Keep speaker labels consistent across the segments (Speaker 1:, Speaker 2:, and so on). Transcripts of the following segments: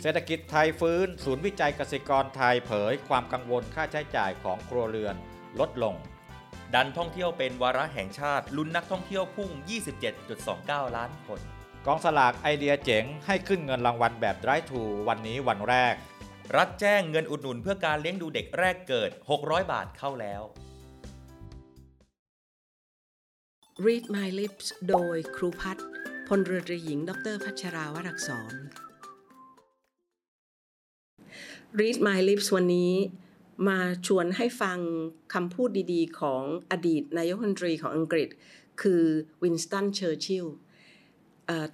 Speaker 1: เศรษฐกิจไทยฟื้น ศูนย์วิจัยเกษตรกรไทยเผย ความกังวลค่าใช้จ่ายของครัวเรือนลดลง
Speaker 2: ดันท่องเที่ยวเป็นวาระแห่งชาติลุ้นนักท่องเที่ยวพุ่ง 27.29 ล้านคน
Speaker 1: กองสลากไอเดียเจ๋งให้ขึ้นเงินรางวัลแบบไร้ถูวันนี้วันแรก
Speaker 2: รัฐแจ้งเงินอุดหนุนเพื่อการเลี้ยงดูเด็กแรกเกิด 600 บาทเข้าแล้ว
Speaker 3: Read My Lips โดยครูพัฒน์พลเรือตรีหญิง ดรพัชราวรักษร Read My Lips วันนี้มาชวนให้ฟังคำพูดดีๆ ของอดีตนายกรัฐมนตรีของอังกฤษ คือวินสตันเชอร์ชิล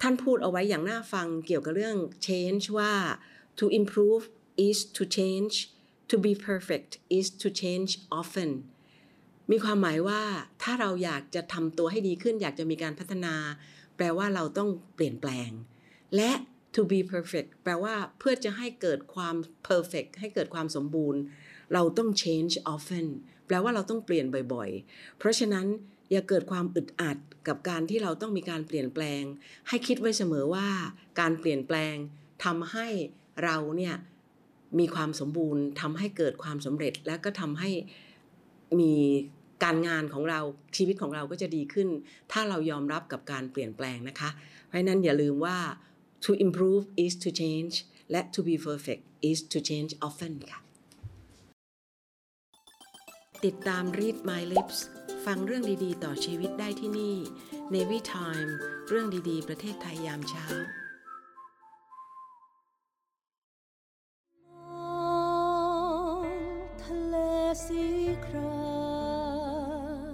Speaker 3: ท่านพูดเอาไว้อย่างน่าฟังเกี่ยวกับเรื่อง change ว่า to improve is to change to be perfect is to change often มีความหมายว่าถ้าเราอยากจะทำตัวให้ดีขึ้น อยากจะมีการพัฒนา แปลว่าเราต้องเปลี่ยนแปลง และ to be perfect แปลว่าเพื่อจะให้เกิดความ perfect ให้เกิดความสมบูรณ์ เราต้อง change often แปลว่าเราต้องเปลี่ยนบ่อยๆ เพราะฉะนั้นอย่าเกิดความอึดอัดกับการที่เราต้องมีการเปลี่ยนแปลง ให้คิดไว้เสมอว่า การเปลี่ยนแปลงทำให้เราเนี่ยมีความสมบูรณ์ทำให้เกิดความสำเร็จและก็ทำให้ มีการงานของเราชีวิตของเราก็จะดีขึ้น ถ้าเรายอมรับกับการเปลี่ยนแปลงนะคะ เพราะฉะนั้นอย่าลืมว่า to improve is to change และ to be perfect is to change often ค่ะ ติดตาม Read My Lips ฟังเรื่องดีๆ ต่อชีวิตได้ที่นี่ Navy Time เรื่องดีๆ ประเทศไทยยามเช้า
Speaker 4: ทะเลสีคราม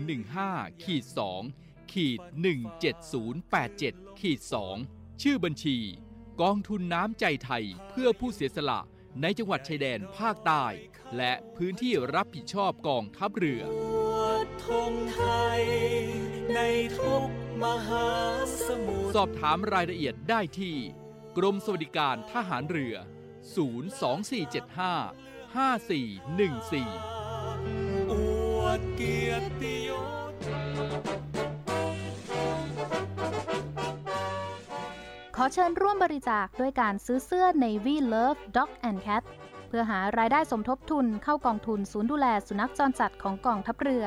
Speaker 5: 115ขีด2ขีด17087ขีด2ชื่อบัญชี กองทุนน้ำใจไทยเพื่อผู้เสียสละในจังหวัดชายแดนภาคใต้ และพื้นที่รับผิดชอบกองทัพเรือ
Speaker 4: ธงไทย ในทุกมหาสมุทร
Speaker 5: สอบถามรายละเอียดได้ที่ กรมสวัสดิการทหารเรือ 02475 5414
Speaker 4: อวดเกียรติยศ
Speaker 6: ขอเชิญร่วมบริจาคด้วยการซื้อเสื้อ Navy Love Dog and Cat เพื่อหารายได้สมทบทุนเข้ากองทุนศูนย์ดูแลสุนัขจรจัดของกองทัพเรือ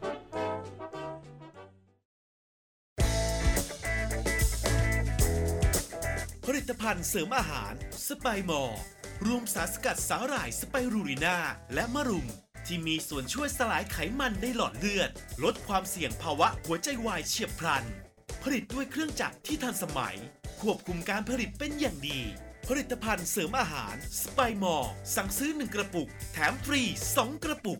Speaker 7: ผลิตภัณฑ์เสริมอาหารสไปมอร์รวมสารสกัดสาหร่ายสไปรูรินาและมะรุม ที่มีส่วนช่วยสลายไขมันในหลอดเลือด ลดความเสี่ยงภาวะหัวใจวายเฉียบพลัน ผลิตด้วยเครื่องจักรที่ทันสมัย ควบคุมการผลิตเป็นอย่างดี ผลิตภัณฑ์เสริมอาหารสไปมอร์สั่งซื้อ 1 กระปุก แถมฟรี 2 กระปุก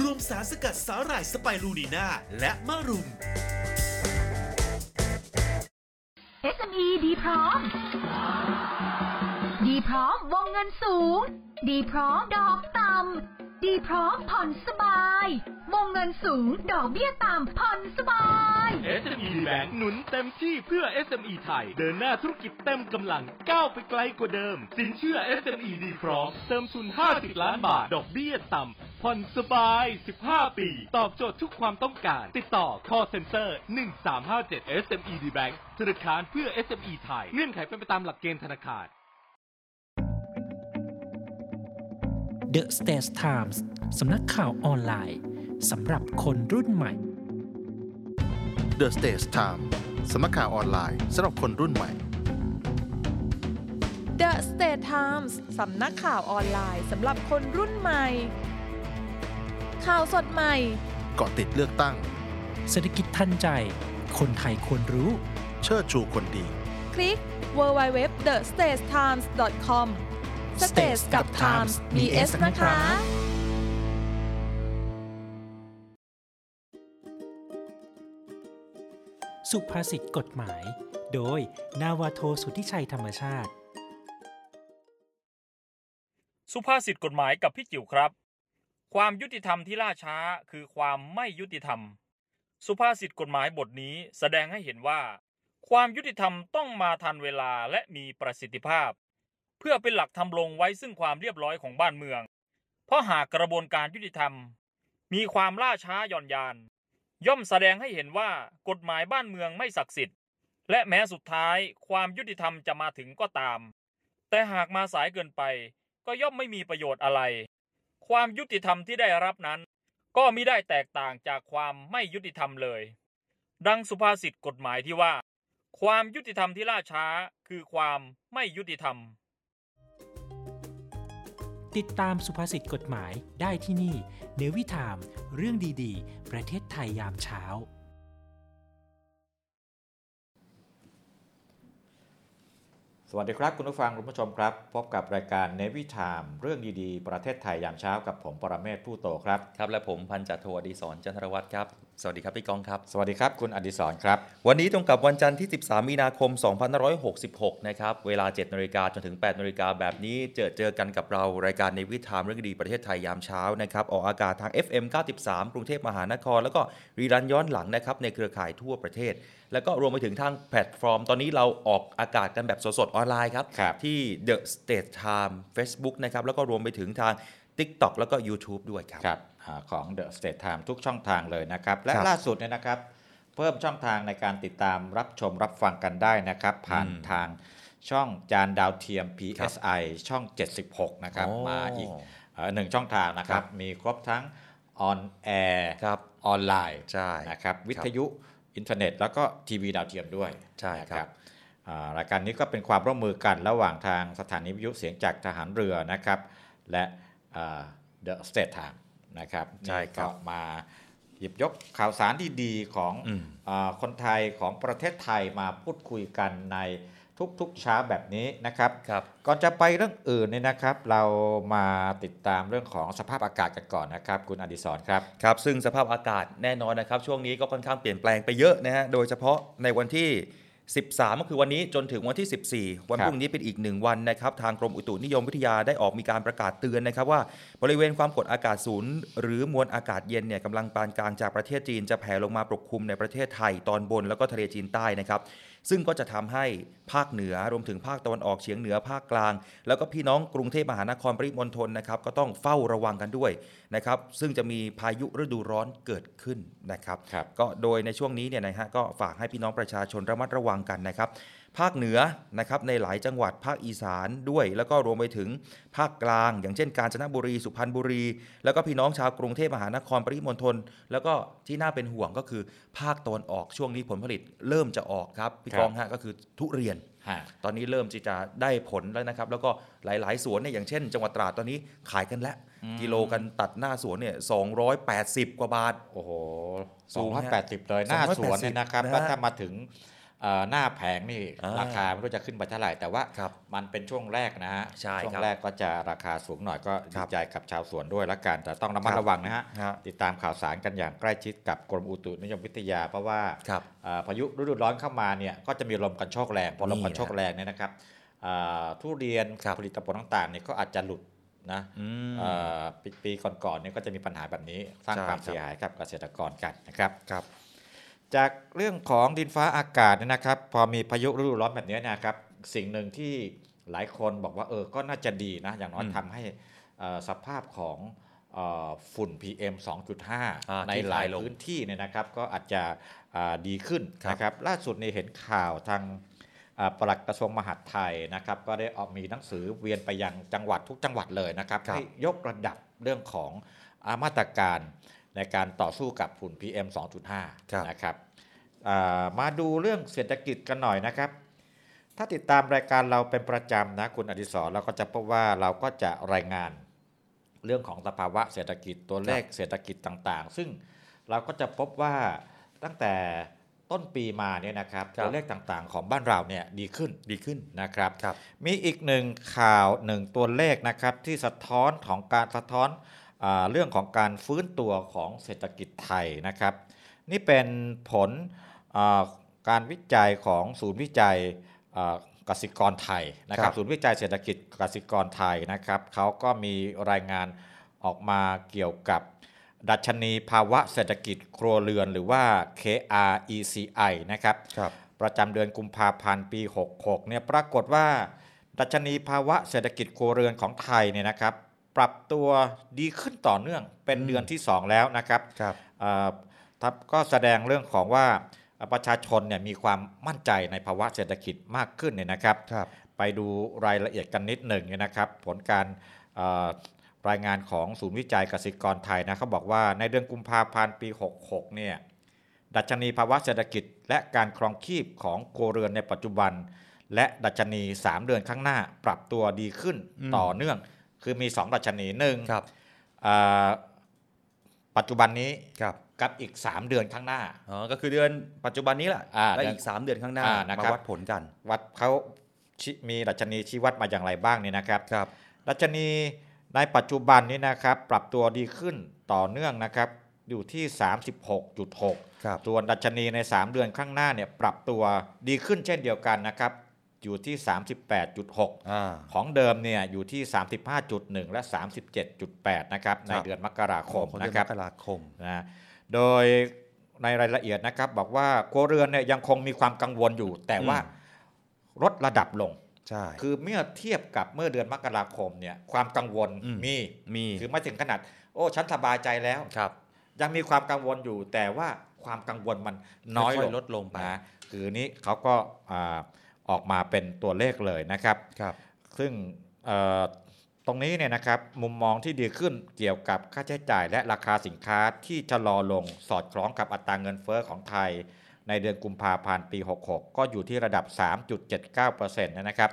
Speaker 7: รวมสารสกัดสาหร่ายสไปรูนีน่าและมะรุม
Speaker 8: SME ดีพร้อม ดีพร้อมวงเงินสูง ดีพร้อมดอกต่ำ ดีพร้อมผ่อนสบาย วงเงินสูงดอกเบี้ยต่ำผ่อนสบาย
Speaker 9: SME Bank หนุนเต็มที่เพื่อ SME ไทย เดินหน้าธุรกิจเต็มกำลังก้าวไปไกลกว่าเดิม สินเชื่อ SME ดีพร้อม เติมทุน 50 ล้านบาท ดอกเบี้ยต่ำผ่อนสบาย 15 ปี ตอบโจทย์ทุกความต้องการ ติดต่อ call center 1357 SME D Bank ธนาคารเพื่อ SME ไทย เงื่อนไขเป็นไปตามหลักเกณฑ์ธนาคาร
Speaker 10: The States Times สำนักข่าวออนไลน์ สำหรับคนรุ่นใหม่
Speaker 11: The Stage Time สำนักข่าวออนไลน์สำหรับคนรุ่นใหม่
Speaker 12: The State Times สำนักข่าวออนไลน์สำหรับคนรุ่นใหม่ ข่าวสดใหม่
Speaker 11: เกาะติดเลือกตั้ง
Speaker 10: เศรษฐกิจทันใจ คนไทยควรรู้
Speaker 11: เชิดชูคนดี
Speaker 12: คลิก www.thestagetimes.com Stage กับ Times มี S นะคะ
Speaker 10: สุภาษิตกฎหมาย โดย นาวาโทสุทธิชัยธรรมชาติ
Speaker 13: สุภาษิตกฎหมายกับพี่จิ๋วครับ ความยุติธรรมที่ล่าช้าคือความไม่ยุติธรรม สุภาษิตกฎหมายบทนี้แสดงให้เห็นว่า ความยุติธรรมต้องมาทันเวลาและมีประสิทธิภาพ เพื่อเป็นหลักทำลงไว้ซึ่งความเรียบร้อยของบ้านเมือง เพราะหากกระบวนการยุติธรรม มีความล่าช้าหย่อนยาน ย่อมแสดงให้เห็นว่ากฎหมายบ้านเมืองไม่ศักดิ์สิทธิ์ และแม้สุดท้ายความยุติธรรมจะมาถึงก็ตาม แต่หากมาสายเกินไป ก็ย่อมไม่มีประโยชน์อะไร ความยุติธรรมที่ได้รับนั้น ก็มิได้แตกต่างจากความไม่ยุติธรรมเลย ดังสุภาษิตกฎหมายที่ว่า ความยุติธรรมที่ล่าช้าคือความไม่ยุติธรรม
Speaker 10: ติดตามสุภาษิตกฎหมายได้ที่นี่ เนวิทาม เรื่องดีๆ ประเทศไทยยามเช้า
Speaker 1: สวัสดีครับ คุณผู้ฟังคุณผู้ชมครับ พบกับรายการเนวิชามเรื่องดีๆ ประเทศไทยยามเช้ากับผมปรเมศผู้โตครับ
Speaker 2: ครับ และผมพันจ่าโทอดีศรจันทรวัตรครับ สวัสดีครับพี่กองครับ
Speaker 1: สวัสดีครับ คุณอดิศรครับ
Speaker 2: วันนี้ตรงกับวันจันทร์ที่ 13 มีนาคม 2566 นะครับ เวลา 7นาฬิกาจนถึง 8นาฬิกาแบบนี้เจอเจอกันกับเรารายการในวิถีทามเรื่องดีประเทศไทยยามเช้านะครับ ออกอากาศทาง FM 93 กรุงเทพมหานคร แล้วก็รีรันย้อนหลังนะครับในเครือข่ายทั่วประเทศ แล้วก็รวมไปถึงทางแพลตฟอร์ม ตอนนี้เราออกอากาศกันแบบสดๆออนไลน์ครับ ที่ The State Time Facebook นะครับ แล้วก็รวมไปถึงทาง TikTok แล้วก็ YouTube ด้วยครับ
Speaker 1: ครับอ่าของ The State Time ทุกช่องทางเลยนะครับ และ
Speaker 2: ครับ
Speaker 1: ล่าสุดเนี่ยนะครับ เพิ่มช่องทางในการติดตามรับชมรับฟังกันได้นะครับ ผ่าน
Speaker 2: อืม
Speaker 1: ทางช่องจานดาวเทียม PSI ช่อง 76 นะครับ
Speaker 2: อ๋อ
Speaker 1: มาอีกเอ่อหนึ่งช่องทางนะครับ มีครบทั้งออนแอร์ออนไลน์นะครับ วิทยุอินเทอร์เน็ต แล้วก็ทีวีดาวเทียมด้วยใช่ครับอ่ารายการนี้ก็เป็นความร่วมมือกันระหว่างทางสถานีวิทยุเสียงจากทหารเรือนะครับ และเดอะสเตทไทม์นะครับใช่ครับมาหยิบยกข่าวสารดีๆของ
Speaker 2: อืม
Speaker 1: เออคนไทยของประเทศไทยมาพูดคุยกันในทุกๆเช้าแบบนี้นะครับก่อนจะไปเรื่องอื่นเนี่ยนะครับ เรามาติดตามเรื่องของสภาพอากาศกันก่อนนะครับ คุณอดิศรครับ
Speaker 2: ครับซึ่งสภาพอากาศแน่นอนนะครับ ช่วงนี้ก็ค่อนข้างเปลี่ยนแปลงไปเยอะนะฮะโดยเฉพาะในวันที่ 13 ก็คือวันนี้จนถึงวันที่ 14 วัน
Speaker 1: ครับ
Speaker 2: พรุ่งนี้เป็นอีกหนึ่งวันนะครับ ทางกรมอุตุนิยมวิทยาได้ออกมีการประกาศเตือนนะครับ ว่าบริเวณความกดอากาศศูนย์ หรือมวลอากาศเย็นเนี่ยกำลังปานกลางจากประเทศจีนจะแผ่ลงมาปกคลุมในประเทศไทยตอนบนแล้วก็ทะเลจีนใต้นะครับ ซึ่งก็จะทำให้ภาคเหนือรวมถึงภาคตะวันออกเฉียงเหนือภาคกลาง แล้วก็พี่น้องกรุงเทพมหานครปริมณฑลนะครับก็ต้องเฝ้าระวังกันด้วยนะครับซึ่งจะมีพายุฤดูร้อนเกิดขึ้นนะครับ
Speaker 1: ครับ
Speaker 2: ก็โดยในช่วงนี้เนี่ยนะฮะก็ฝากให้พี่น้องประชาชนระมัดระวังกันนะครับ ภาคเหนือนะครับในหลายจังหวัดภาคอีสานด้วย แล้วก็รวมไปถึงภาคกลาง อย่างเช่นกาญจนบุรีสุพรรณบุรี แล้วก็พี่น้องชาวกรุงเทพมหานครปริมณฑลแล้วก็ที่น่าเป็นห่วงก็คือ ภาคตะวันออกช่วงนี้ผลผลิตเริ่มจะออกครับพี่
Speaker 1: ค
Speaker 2: ก
Speaker 1: รับ
Speaker 2: องฮะก็คือทุเรียน
Speaker 1: ฮะ
Speaker 2: ตอนนี้เริ่มที่จะได้ผลแล้วนะครับ แล้วก็หลาย ๆ สวนเนี่ยอย่างเช่น จังหวัดตราดตอนนี้ขายกันแล้ว
Speaker 1: อืม
Speaker 2: กิโลกันตัดหน้าสวนเนี่ย280 กว่าบาท
Speaker 1: โอ้โห
Speaker 2: สูงฮะ
Speaker 1: 280เลยหน้าสวนเนี่ยนะครับ
Speaker 2: 280
Speaker 1: แล้วถ้ามาถึงเอ่อหน้าแผงนี่
Speaker 2: อ่า
Speaker 1: ราคาไม่รู้จะขึ้นไปเท่าไหร่ แต่ว่ามันเป็นช่วงแรกนะฮะ
Speaker 2: ใช่
Speaker 1: ช่ว
Speaker 2: ค
Speaker 1: ง
Speaker 2: รับ
Speaker 1: แรกก็จะราคาสูงหน่อยก็ดีใจกับชาวสวนด้วยละกัน แต่ต้องระมั
Speaker 2: ค
Speaker 1: ด
Speaker 2: รับ
Speaker 1: ระวังนะฮะ
Speaker 2: ฮะ
Speaker 1: ติดตามข่าวสารกันอย่างใกล้ชิดกับกรมอุตุนิยมวิทยา เพราะว่าเอ่อพายุฤดูร้อนเข้ามาเนี่ยก็จะมีลมกันโชกแรงพอลมกันโชกแรงเนี่ยนะครับเอ่อทุเรียนผลิตผลต่างๆเนี่ยก็อาจจะหลุดนะ
Speaker 2: อืม
Speaker 1: เอ่อ ปีปีก่อนๆเนี่ยก็จะมีปัญหาแบบนี้สร้าง
Speaker 2: ใช่
Speaker 1: ค
Speaker 2: ครั
Speaker 1: วาม
Speaker 2: บ
Speaker 1: เสียหายกับเกษตรกรกันนะครับจากเรื่องของดินฟ้าอากาศเนี่ยนะครับ พอมีพายุฤดูร้อนแบบเนี้ยนะครับ สิ่งหนึ่งที่หลายคนบอกว่าเออก็น่าจะดีนะ อย่างน้อย
Speaker 2: อืม
Speaker 1: ทำให้เอ่อสภาพของเอ่อฝุ่น PM 2.5
Speaker 2: อ่า
Speaker 1: ใน
Speaker 2: ที่
Speaker 1: ห
Speaker 2: ค
Speaker 1: ลาย
Speaker 2: ลายลง
Speaker 1: พื้นที่เนี่ยนะครับ ก็อาจจะอ่าดีขึ้นนะครับ ล่าสุดนี่เห็นข่าวทาง อ่าปลัดกระทรวงมหาดไทยนะครับก็ได้ออกมีหนังสือเวียนไปยังจังหวัดทุกจังหวัดเลยนะครับให้ยกระดับเรื่องของอามาตรการในการต่อสู้กับฝุ่น PM 2.5 นะครับอ่ามาดูเรื่องเศรษฐกิจกันหน่อยนะครับ ถ้าติดตามรายการเราเป็นประจำนะคุณอดิศรเราก็จะพบว่าเราก็จะรายงานเรื่องของสภาวะเศรษฐกิจตัวเลขเศรษฐกิจต่างๆ ซึ่งเราก็จะพบว่าตั้งแต่ต้นปีมาเนี่ยนะครับ
Speaker 2: ครับ
Speaker 1: ตัวเลขต่างๆ ของบ้านเราเนี่ยดีขึ้น
Speaker 2: ดีขึ้น
Speaker 1: นะครับ
Speaker 2: ครับ
Speaker 1: มีอีกหนึ่งข่าวหนึ่งตัวเลขนะครับที่สะท้อนของการสะท้อนอาเรื่องของการฟื้นตัวของเศรษฐกิจไทยนะครับ นี่เป็นผลอ่าการวิจัยของศูนย์วิจัยอ่ากสิกรไทยนะค
Speaker 2: ค
Speaker 1: รั
Speaker 2: รับ บ
Speaker 1: ศูนย์วิจัยเศรษฐกิจกสิกรไทยนะครับเขาก็มีรายงานออกมาเกี่ยวกับ ดัชนีภาวะเศรษฐกิจครัวเรือนหรือว่า KRECI นะครับ ประจำเดือนกุมภาพันธ์ปี 66 เนี่ยปรากฏว่า ดัชนีภาวะเศรษฐกิจครัวเรือนของไทยเนี่ยนะครับ ปรับตัวดีขึ้นต่อเนื่องเป็นเดือนที่ 2 แล้วนะครับเอ่อทับก็แสดงเรื่องของว่าประชาชนเนี่ยมีความมั่นใจในภาวะเศรษฐกิจมากขึ้นเนี่ยนะครับ ไปดูรายละเอียดกันนิดหนึ่งเนี่ยนะครับ ผลการเอ่อ รายงานของศูนย์วิจัยกสิกรไทยนะเขาบอกว่าในเดือนกุมภาพันธ์ปี 66 เนี่ยดัชนีภาวะเศรษฐกิจ และการครองชีพของครัวเรือนในปัจจุบัน และดัชนี 3 เดือนข้างหน้าปรับตัวดีขึ้น
Speaker 2: อืม
Speaker 1: ต่อเนื่อง คือมี 2 ดัชนีหนึ่งเอ่อปัจจุบันนี้กับอีก 3 เดือนข้างหน้า
Speaker 2: อ๋อก็คือเดือนปัจจุบันนี้แหละ
Speaker 1: อ่า
Speaker 2: และอีกสามเดือนข้างหน้า
Speaker 1: อ่นะครับ
Speaker 2: มาวัดผลกัน
Speaker 1: วัดเขาชิมีดัชนีชี้วัดมาอย่างไรบ้างเนี่ยนะครับ ดัชนีในปัจจุบันนี้นะครับ ปรับตัวดีขึ้นต่อเนื่องนะครับ อยู่ที่ 36.6 ส่วนดัชนีใน 3 เดือนข้างหน้าเนี่ยปรับตัวดีขึ้นเช่นเดียวกันนะครับ อยู่ที่ 38.6 ของเดิมเนี่ยอยู่ที่ 35.1 และ 37.8 นะครับ
Speaker 2: ค
Speaker 1: ใน
Speaker 2: รับ
Speaker 1: เดือนมกราคม
Speaker 2: ของ
Speaker 1: นะ
Speaker 2: เดือน
Speaker 1: ครับ
Speaker 2: มกราคม
Speaker 1: นะโดยในรายละเอียดนะครับบอกว่าครัวเรือนเนี่ยยังคงมีความกังวลอยู่ แต่ว่า
Speaker 2: อื
Speaker 1: ลดระดับลง
Speaker 2: ใช่
Speaker 1: คือเมื่อเทียบกับเมื่อเดือนมกราคมเนี่ยความกังวล
Speaker 2: อืม
Speaker 1: มี
Speaker 2: มี
Speaker 1: คือไม่ถึงขนาด โอ้ฉันสบายใจแล้วยังมีความกังวลอยู่ แต่ว่าความกังวลมันน้อย
Speaker 2: ค่
Speaker 1: ล
Speaker 2: อย
Speaker 1: ง
Speaker 2: ๆลดลงไป
Speaker 1: นะคือนี้เขาก็อ่าออกมาเป็นตัวเลขเลยนะครับ ซึ่งเอ่อตรงนี้เนี่ยนะครับมุมมองที่ดีขึ้นเกี่ยวกับค่าใช้จ่ายและราคาสินค้าที่ชะลอลงสอดคล้องกับอัตราเงินเฟ้อของไทย ในเดือนกุมภาพันธ์ปี 66 ก็อยู่ที่ระดับ 3.79%นะครับ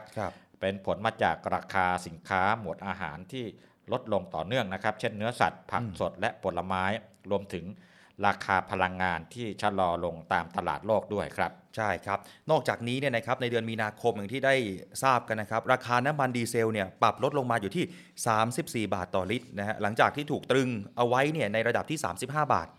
Speaker 1: เป็นผลมาจากราคาสินค้าหมวดอาหารที่ลดลงต่อเนื่องนะครับ เช่นเนื้อสัตว์ ผักสดและผลไม้ รวมถึงราคาพลังงานที่ชะลอลงตามตลาดโลกด้วยครับ
Speaker 2: ใช่ครับ นอกจากนี้เนี่ยนะครับในเดือนมีนาคมอย่างที่ได้ทราบกันนะครับ ราคาน้ำมันดีเซลเนี่ยปรับลดลงมาอยู่ที่ 34 บาทต่อลิตรนะฮะหลังจากที่ถูกตรึงเอาไว้เนี่ยในระดับที่ 35 บาท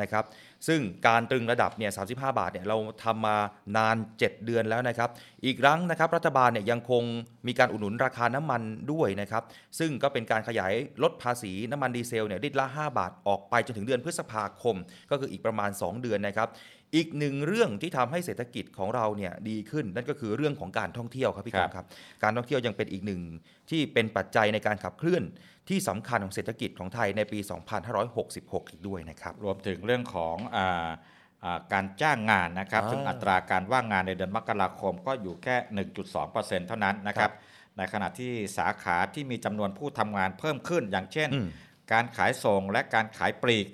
Speaker 2: นะครับ ซึ่งการตรึงระดับเนี่ย 35 บาทเนี่ยเราทำมานาน 7 เดือนแล้วนะครับ อีกครั้งนะครับรัฐบาลเนี่ยยังคงมีการอุดหนุนราคาน้ำมันด้วยนะครับ ซึ่งก็เป็นการขยายลดภาษีน้ำมันดีเซลเนี่ยลิตรละ 5 บาทออกไปจนถึงเดือนพฤษภาคม ก็คืออีกประมาณ 2 เดือนนะครับ อีกหนึ่งเรื่องที่ทำให้เศรษฐกิจของเราเนี่ยดีขึ้น นั่นก็คือเรื่องของการท่องเที่ยวครับพี่กองครับ การท่องเที่ยวยังเป็นอีกหนึ่งที่เป็นปัจจัยในการขับเคลื่อนที่สำคัญของเศรษฐกิจของไทยในปี 2566 อีกด้วยนะครับ
Speaker 1: รวมถึงเรื่องของอา อ่าการจ้างงานนะครับ
Speaker 2: อ่า
Speaker 1: ซึ่งอัตราการว่างงานในเดือนมกราคมก็อยู่แค่ 1.2%เท่านั้นนะครับ ในขณะที่สาขาที่มีจำนวนผู้ทำงานเพิ่มขึ้น อย่างเช่น การขายส่งและการขายปลีก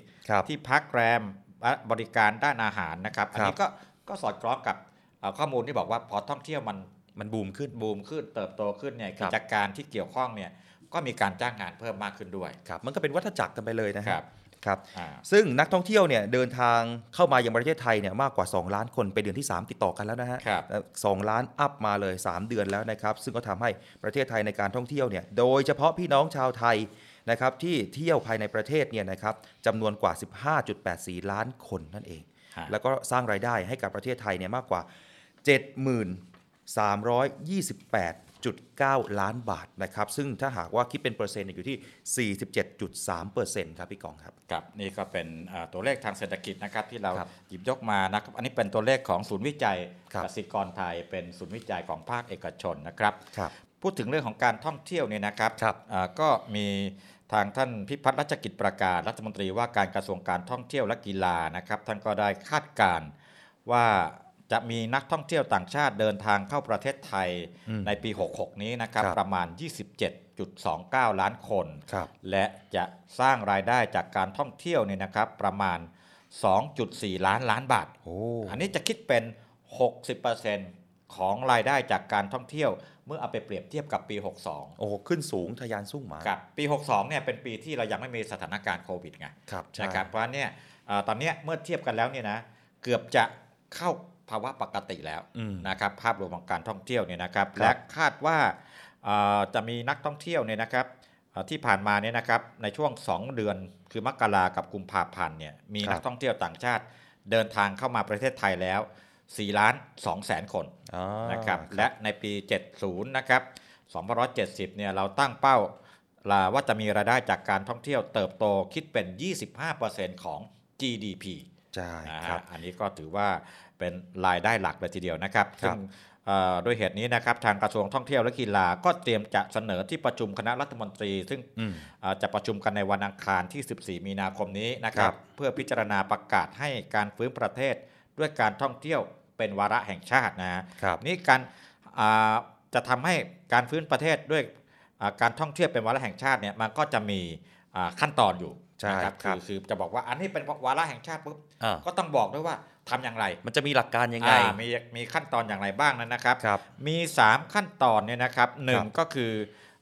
Speaker 1: ที่พักแรมและบริการด้านอาหารนะครับ อันนี้ก็ก็สอดคล้องกับเอ่อข้อมูลที่บอกว่าพอท่องเที่ยวมัน
Speaker 2: มันบูมขึ้น
Speaker 1: บูมขึ้น เติบโตขึ้นเนี่ยกิจการที่เกี่ยวข้องเนี่ยก็มีการจ้างงานเพิ่มมากขึ้นด้วย
Speaker 2: ครับมันก็เป็นวัฏจักรกันไปเลยนะค
Speaker 1: ครั
Speaker 2: รับบ ครับ
Speaker 1: อ่า
Speaker 2: ซึ่งนักท่องเที่ยวเนี่ยเดินทางเข้ามายังประเทศไทยเนี่ยมากกว่า 2 ล้านคนเป็นเดือนที่ 3 ติดต่อกันแล้วนะฮะสองล้านอัพมาเลย 3 เดือนแล้วนะครับ ซึ่งก็ทำให้ประเทศไทยในการท่องเที่ยวเนี่ยโดยเฉพาะพี่น้องชาวไทยนะครับที่เที่ยวภายในประเทศเนี่ยนะครับจำนวนกว่า 15.84 ล้านคนนั่นเอง แล้วก็สร้างรายได้ให้กับประเทศไทยเนี่ยมากกว่า 7328.9 ล้านบาทนะครับ ซึ่งถ้าหากว่าคิดเป็นเปอร์เซ็นต์เนี่ยอยู่ที่ 47.3%ครับพี่กองครับ
Speaker 1: ครับนี่ก็เป็นอ่าตัวเลขทางเศรษฐกิจนะครับที่เราหยิบยกมานะครับอันนี้เป็นตัวเลขของศูนย์วิจัยกสิกรไทย เป็นศูนย์วิจัยของภาคเอกชนนะครับ พูดถึงเรื่องของการท่องเที่ยวเนี่ยนะครับอ่าก็มีทางท่านพิพัฒน์รัชกิจประการรัฐมนตรีว่าการกระทรวงการท่องเที่ยวและกีฬานะครับท่านก็ได้คาดการณ์ว่าจะมีนักท่องเที่ยวต่างชาติเดินทางเข้าประเทศไทย
Speaker 2: อืม
Speaker 1: ในปี 66 นี้นะครับประมาณ 27.29 ล้านคน และจะสร้างรายได้จากการท่องเที่ยวเนี่ยนะครับประมาณ 2.4 ล้านล้านบาท อันนี้จะคิดเป็น 60%ของรายได้จากการท่องเที่ยว เมื่อเอาไปเปรียบเทียบกับปี 62
Speaker 2: โอ้โหขึ้นสูงทะยานสู้หมา
Speaker 1: กับปี 62 เนี่ยเป็นปีที่เรายังไม่มีสถานการณ์โควิดไง
Speaker 2: ครับใช่
Speaker 1: นะครับ เพราะฉะนั้นเนี่ยเอ่อตอนเนี้ยเมื่อเทียบกันแล้วเนี่ยนะเกือบจะเข้าภาวะปกติแล้ว
Speaker 2: อืม
Speaker 1: นะครับภาพรวมของการท่องเที่ยวเนี่ยนะครับ
Speaker 2: ครับ
Speaker 1: และคาดว่าเอ่อจะมีนักท่องเที่ยวเนี่ยนะครับเอ่อที่ผ่านมาเนี่ยนะครับในช่วง 2 เดือนคือมกรากับกุมภาพันธ์เนี่ยมี
Speaker 2: ครับ
Speaker 1: นักท่องเที่ยวต่างชาติเดินทางเข้ามาประเทศไทยแล้ว4ล้าน2แสนคนนะครับ
Speaker 2: ครับ
Speaker 1: และในปี 70 นะครับ 2570 เนี่ยเราตั้งเป้าลาว่าจะมีรายได้จากการท่องเที่ยวเติบโตคิดเป็น 25%ของ GDP
Speaker 2: ใช่
Speaker 1: ครับ อันนี้ก็ถือว่าเป็นรายได้หลักเลยทีเดียวนะครับ ซึ่งเอ่อด้วยเหตุนี้นะครับ ทางกระทรวงท่องเที่ยวและกีฬาก็เตรียมจะเสนอที่ประชุมคณะรัฐมนตรี ซึ่ง
Speaker 2: อืม
Speaker 1: อ่าจะประชุมกันในวันอังคารที่ 14 มีนาคมนี้นะครับ เพื่อพิจารณาประกาศให้การฟื้นประเทศด้วยการท่องเที่ยวเป็นวาระแห่งชาตินะฮะนี่การอ่าจะทำให้การฟื้นประเทศด้วยอ่าการท่องเที่ยวเป็นวาระแห่งชาติเนี่ยมันก็จะมีอ่าขั้นตอนอยู่
Speaker 2: ใช่
Speaker 1: นะครับ คือคือจะบอกว่าอันนี้เป็นวาระแห่งชาติปุ๊บ
Speaker 2: อ่า
Speaker 1: ก็ต้องบอกด้วยว่าทำอย่างไร
Speaker 2: มันจะมีหลักการยังไง
Speaker 1: อ่ามีมีขั้นตอนอย่างไรบ้างนั้นนะครับ มี 3 ขั้นตอนเนี่ยนะครับหนึ่งก็คือ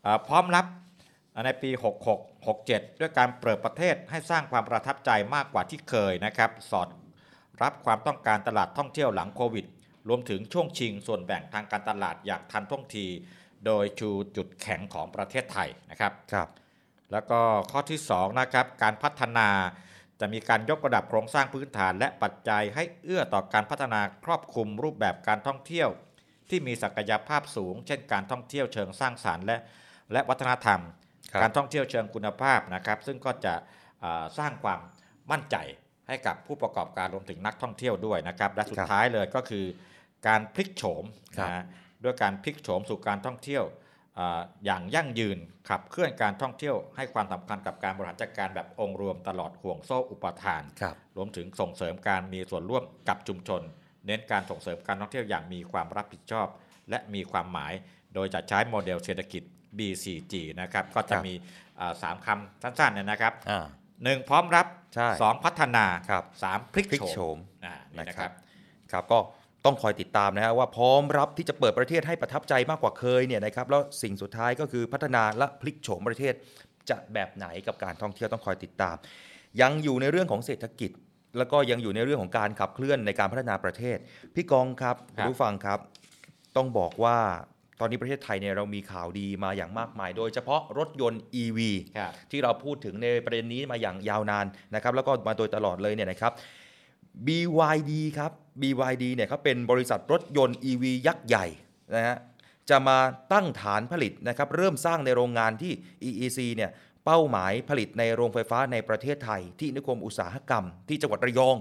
Speaker 1: เอ่อพร้อมรับในปี 66 67 ด้วยการเปิดประเทศให้สร้างความประทับใจมากกว่าที่เคยนะครับ สอดรับความต้องการตลาดท่องเที่ยวหลังโควิด รวมถึงช่วงชิงส่วนแบ่งทางการตลาดอย่างทันท่วงที โดยชูจุดแข็งของประเทศไทยนะครับ แล้วก็ข้อที่2นะครับการพัฒนาจะมีการยกระดับโครงสร้างพื้นฐาน และปัจจัยให้เอื้อต่อการพัฒนาครอบคลุมรูปแบบการท่องเที่ยว ที่มีศักยภาพสูง เช่นการท่องเที่ยวเชิงสร้างสรรค์และและวัฒนธรรม
Speaker 2: ครับ
Speaker 1: การท่องเที่ยวเชิงคุณภาพนะครับ ซึ่งก็จะอ่าสร้างความมั่นใจให้กับผู้ประกอบการรวมถึงนักท่องเที่ยวด้วยนะครับและสุดท้ายเลยก็คือ การพลิกโฉม
Speaker 2: ครับ
Speaker 1: นะฮะด้วยการพลิกโฉมสู่การท่องเที่ยว อ่าอย่างยั่งยืนขับเคลื่อนการท่องเที่ยวให้ความสำคัญกับการบริหารจัดการแบบองค์รวมตลอดห่วงโซ่อุปทาน
Speaker 2: ครับ
Speaker 1: รวมถึงส่งเสริมการมีส่วนร่วมกับชุมชน เน้นการส่งเสริมการท่องเที่ยวอย่างมีความรับผิดชอบ และมีความหมาย โดยจะใช้โมเดลเศรษฐกิจ BCG นะครับ ก็จะมีอ่าสามคำสั้นๆเนี่ยนะครับหนึ่งพร้อมรับสองพัฒนาสามพลิ
Speaker 2: พลิก
Speaker 1: ก
Speaker 2: โฉ
Speaker 1: โฉ
Speaker 2: ม
Speaker 1: มอ่านี่นะครับ
Speaker 2: ครับก็ต้องคอยติดตามนะฮะว่าพร้อมรับที่จะเปิดประเทศให้ประทับใจมากกว่าเคยเนี่ยนะครับแล้วสิ่งสุดท้ายก็คือพัฒนาและพลิกโฉมประเทศจะแบบไหนกับการท่องเที่ยวต้องคอยติดตาม ยังอยู่ในเรื่องของเศรษฐกิจ แล้วก็ยังอยู่ในเรื่องของการขับเคลื่อนในการพัฒนาประเทศ พี่กองครับคุณผู้ฟังครับ ต้องบอกว่าตอนนี้ประเทศไทยเนี่ยเรามีข่าวดีมาอย่างมากมาย โดยเฉพาะรถยนต์ EV ที่เราพูดถึงในประเด็นนี้มาอย่างยาวนานนะครับ แล้วก็มาโดยตลอดเลยเนี่ยนะครับ BYD ครับ BYD เนี่ยเขาเป็นบริษัทรถยนต์ EV ยักษ์ใหญ่นะฮะ จะมาตั้งฐานผลิตนะครับ เริ่มสร้างในโรงงานที่ EEC เนี่ยเป้าหมายผลิตในโรงไฟฟ้าในประเทศไทย ที่นิคมอุตสาหกรรมที่จังหวัดระยอง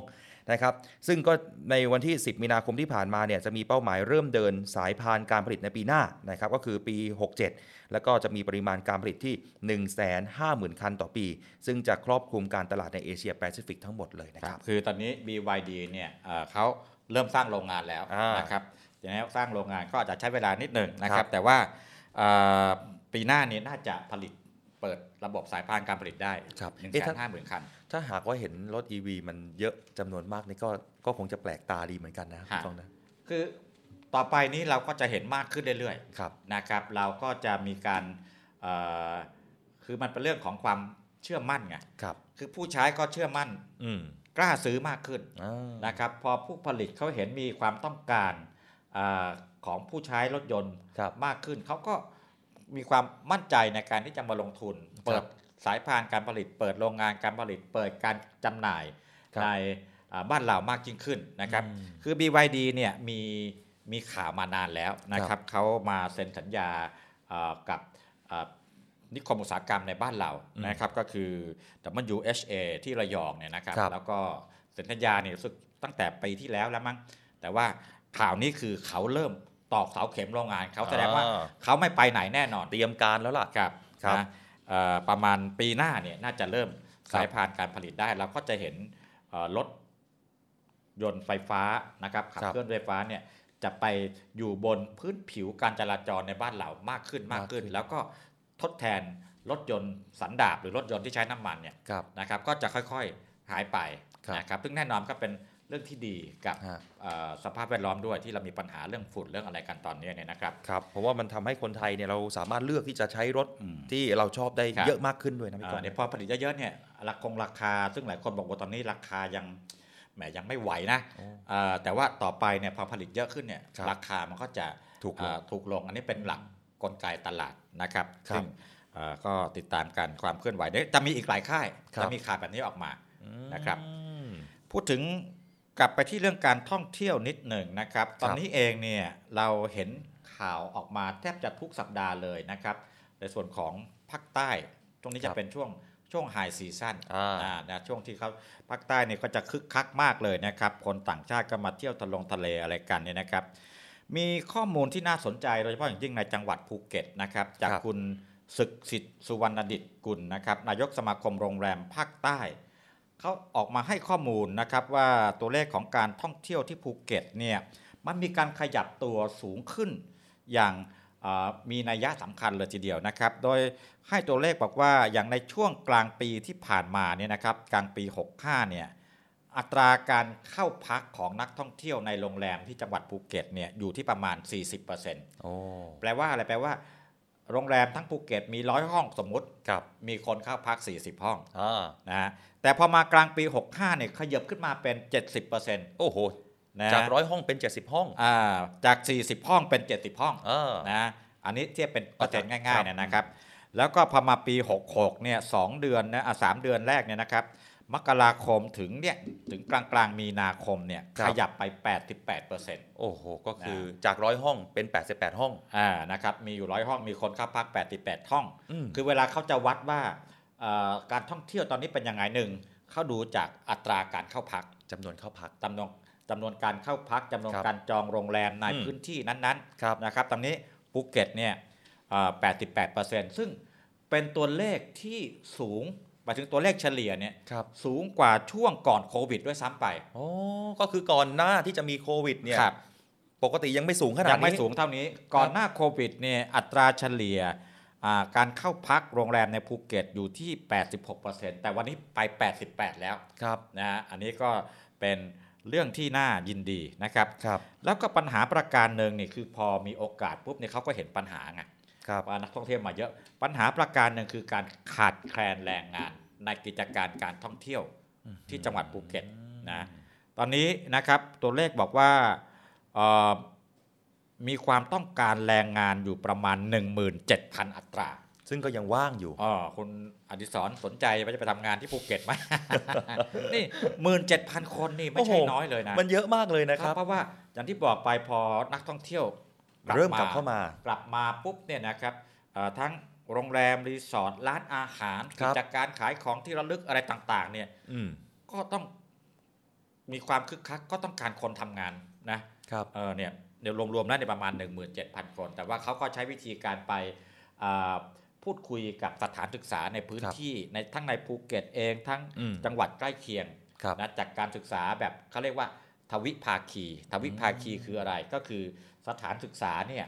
Speaker 2: นะครับซึ่งก็ในวันที่ 10 มีนาคมที่ผ่านมาเนี่ยจะมีเป้าหมายเริ่มเดินสายพานการผลิตในปีหน้านะครับก็คือปี 67 แล้วก็จะมีปริมาณการผลิตที่ 150,000 คันต่อปี ซึ่งจะครอบคลุมการตลาดในเอเชียแปซิฟิกทั้งหมดเลยนะครับ
Speaker 1: คือตอนนี้ BYD เนี่ยเอ่อเขาเริ่มสร้างโรงงานแล้วนะครับอย่างนี้สร้างโรงงานก็อาจจะใช้เวลานิดหนึ่งนะค
Speaker 2: ครั
Speaker 1: รับ
Speaker 2: บ
Speaker 1: แต่ว่าเอ่อปีหน้านี้น่าจะผลิตเปิดระบบสายพานการผลิตได้หนึ่ง
Speaker 2: เอ๊ะ
Speaker 1: แส
Speaker 2: ถ้
Speaker 1: นห้าหมื่นคัน
Speaker 2: ถ้าหากว่าเห็นรถ EV มันเยอะจำนวนมากนี่ก็ก็คงจะแปลกตาดีเหมือนกันนะ
Speaker 1: ฮะ
Speaker 2: ตรงนั้น
Speaker 1: คือต่อไปนี้เราก็จะเห็นมากขึ้นเรื่อยๆนะครับ เราก็จะมีการเอ่อคือมันเป็นเรื่องของความเชื่อมั่นไง
Speaker 2: ครับ
Speaker 1: คือผู้ใช้ก็เชื่อมั่น
Speaker 2: อืม
Speaker 1: กล้าซื้อมากขึ้น
Speaker 2: อ่า
Speaker 1: นะครับ พอผู้ผลิตเขาเห็นมีความต้องการอาของผู้ใช้รถยนต์มากขึ้น เขาก็มีความมั่นใจในการที่จะมาลงทุน เปิดสายพานการผลิต เปิดโรงงานการผลิต เปิดการจำหน่ายในอ่าบ้านเรามากยิ่งขึ้นนะครับ คือ BYD เนี่ยมีมีข่าวมานานแล้วนะค
Speaker 2: ครั
Speaker 1: รับบ เขามาเซ็นสัญญาอ่ากับอ่า นิคมอุตสาหกรรมในบ้านเรา
Speaker 2: อืม
Speaker 1: นะครับก็คือ WHA ที่ระยองเนี่ยนะครับ
Speaker 2: ครับ
Speaker 1: แล้วก็เซ็นสัญญาเนี่ยรู้สึกตั้งแต่ปีที่แล้วแล้วมั้งแต่ว่าข่าวนี้คือเขาเริ่มตอกเสาเข็มโรงงาน เขาแสดงว่า
Speaker 2: อ่า
Speaker 1: เขาไม่ไปไหนแน่นอน เตรียมการแล้วล่ะครับนะเอ่อประมาณปีหน้าเนี่ยน่าจะเริ่มสายพานการผลิตได้เราก็จะเห็นเอ่อรถยนต์ไฟฟ้านะครับขับเคลื่อนไฟฟ้าเนี่ยจะไปอยู่บนพื้นผิวการจราจรในบ้านเรามากขึ้นมากขึ้น แล้วก็ ทดแทนรถยนต์สันดาปหรือรถยนต์ที่ใช้น้ำมันเนี่ย
Speaker 2: ครับ
Speaker 1: นะครับก็จะค่อยๆหายไปนะครับซึ่งแน่นอนก็เป็นเรื่องที่ดีกับเอ่อสภาพแวดล้อมด้วยที่เรามีปัญหาเรื่องฝุ่นเรื่องอะไรกันตอนนี้เนี่ยนะครับ
Speaker 2: ครับเพราะว่ามันทำให้คนไทยเนี่ยเราสามารถเลือกที่จะใช้รถที่เราชอบได้
Speaker 1: ครับ
Speaker 2: เยอะมากขึ้นด้วยนะพี่กรณ์
Speaker 1: เดี๋ยวพอผลิตเยอะๆเนี่ยราคงราคา ซึ่งหลายคนบอกว่าตอนนี้ราคายังแหมยังไม่ไหวนะเอ่อแต่ว่าต่อไปเนี่ยพอผลิตเยอะขึ้นเนี่ยราคามันก็จะถูกลงถูกลง อันนี้เป็นหลักกลไกตลาดนะครับ
Speaker 2: ครับ
Speaker 1: ซึ่งเอ่อก็ติดตามการความเคลื่อนไหวเดี๋ยวจะมีอีกหลายค่าย
Speaker 2: ครับ
Speaker 1: จะมีข่าวแบบนี้ออกมานะครับ
Speaker 2: อืม
Speaker 1: พูดถึงกลับไปที่เรื่องการท่องเที่ยวนิดหนึ่งนะครับ ตอน
Speaker 2: ครับ
Speaker 1: นี้เองเนี่ยเราเห็นข่าวออกมาแทบจะทุกสัปดาห์เลยนะครับ ในส่วนของภาคใต้ตรงนี้จะเป็นช่วงช่วงไฮซีซั่นนะช่วงที่เขาภาคใต้เนี่ยก็จะคึกคักมากเลยนะครับ คนต่างชาติก็มาเที่ยวทะลงทะเลอะไรกันเนี่ยนะครับ มีข้อมูลที่น่าสนใจโดยเฉพาะอย่างยิ่งในจังหวัดภูเก็ตนะครับ จากคุณศึกสิทธิ์สุวรรณดิตกุลนะครับนายกสมาคมโรงแรมภาคใต้ เขาออกมาให้ข้อมูลนะครับว่าตัวเลขของการท่องเที่ยวที่ภูเก็ตเนี่ยมันมีการขยับตัวสูงขึ้นอย่างเอ่อมีนัยยะสำคัญเลยทีเดียวนะครับ โดยให้ตัวเลขบอกว่าอย่างในช่วงกลางปีที่ผ่านมาเนี่ยนะครับกลางปี 65เนี่ยอัตราการเข้าพักของนักท่องเที่ยวในโรงแรมที่จังหวัดภูเก็ตเนี่ยอยู่ที่ประมาณ 40%แปลว่าอะไรแปลว่า โรงแรมทั้งภูเก็ตมีร้อยห้องสมมติมีคนเข้าพัก 40 ห้องนะฮะแต่พอมากลางปี 65เนี่ยขยับขึ้นมาเป็น 70 โอ้โหนะ
Speaker 2: จาก
Speaker 1: ร้อยห้องเป็น 70 ห้องอ่าจาก 40 ห้องเป็น 70 ห้องนะอันนี้เทียบเป็นเปอร์เซ็นต์ง่ายๆเนี่ยนะครับ แล้วก็พอมาปี 66เนี่ยสองเดือนนะอ่ะสามเดือนแรกเนี่ยนะครับ มกราคมถึงเนี่ยถึงกลางกลางๆมีนาคมเนี่ย
Speaker 2: ครั
Speaker 1: ข
Speaker 2: บ
Speaker 1: ยับไป 88%
Speaker 2: โอ้โหก็คือ
Speaker 1: จากร้อยห้องเป็น 88 ห้องอ่านะครับมีอยู่ร้อยห้องมีคนเข้าพัก 88 ห้อง
Speaker 2: อืม
Speaker 1: คือเวลาเขาจะวัดว่าเอ่อการท่องเที่ยวตอนนี้เป็นยังไงหนึ่งเขาดูจากอัตราการเข้าพักจำนวนเข้าพักจำนวนจำนวนการเข้าพักจำนวนการจองโรงแรมใน
Speaker 2: อืม
Speaker 1: พื้นที่นั้นๆนะครับตอนนี้ภูเก็ตเนี่ยเอ่อ88%ซึ่ง เป็นตัวเลขที่สูงหมายถึงตัวเลขเฉลี่ยเนี่ยสูงกว่าช่วงก่อนโควิดด้วยซ้ำไป
Speaker 2: อ๋อก็คือก่อนหน้าที่จะมีโควิดเนี่ย
Speaker 1: ครับ
Speaker 2: ปกติยังไม่สูงขนาดนี้
Speaker 1: ยังไม่สูงเท่านี้ ก่อนหน้าโควิดเนี่ยอัตราเฉลี่ยอ่าการเข้าพักโรงแรมในภูเก็ตอยู่ที่ 86%แต่วันนี้ไป 88 แล้วครับนะฮะอันนี้ก็เป็นเรื่องที่น่ายินดีนะครับ แล้วก็ปัญหาประการหนึ่งนี่คือพอมีโอกาสปุ๊บเนี่ยเขาก็เห็นปัญหาไงว่านักท่องเที่ยวมาเยอะ ปัญหาประการหนึ่งคือการขาดแคลนแรงงาน ในกิจการการท่องเที่ยวที่จังหวัดภูเก็ตนะตอนนี้นะครับตัวเลขบอกว่าเอ่อ มีความต้องการแรงงานอยู่ประมาณ 17,000 อัตรา ซึ่งก็ยังว่างอยู่อ๋อคุณอดิศรสนใจว่าจะไปทำงานที่ภูเก็ ตไหม นี่ 17,000 คนนี่ไม่
Speaker 2: โอ้โห
Speaker 1: ใช่น้อยเลยนะ
Speaker 2: มันเยอะมากเลยนะครับ
Speaker 1: เพราะว่าอย่างที่บอกไปพอนักท่องเที่ยว
Speaker 2: เริ่มกลับเข้ามาก
Speaker 1: ลับมาปุ๊บเนี่ยนะครับเอ่อทั้งโรงแรม รีสอร์ทร้านอาหาร
Speaker 2: ครั
Speaker 1: กิ
Speaker 2: บ
Speaker 1: จการขายของที่ระลึกอะไรต่าง ๆ เนี่ย
Speaker 2: อืม
Speaker 1: ก็ต้อง มีความคึกคักก็ต้องการคนทำงานนะครับเออเนี่ยเดี๋ยวรวมๆแล้วในยประมาณ 17,000 คน แต่ว่าเขาก็ใช้วิธีการไปอ่าพูดคุยกับสถานศึกษาในพื้นที่ในทั้งในภูเก็ตเองทั้ง
Speaker 2: อืม
Speaker 1: จังหวัดใกล้เคียง
Speaker 2: ครับ
Speaker 1: นะจากการศึกษาแบบเขาเรียกว่าทวิภาคี ทวิภาคีคืออะไรก็คือสถานศึกษาเนี่ย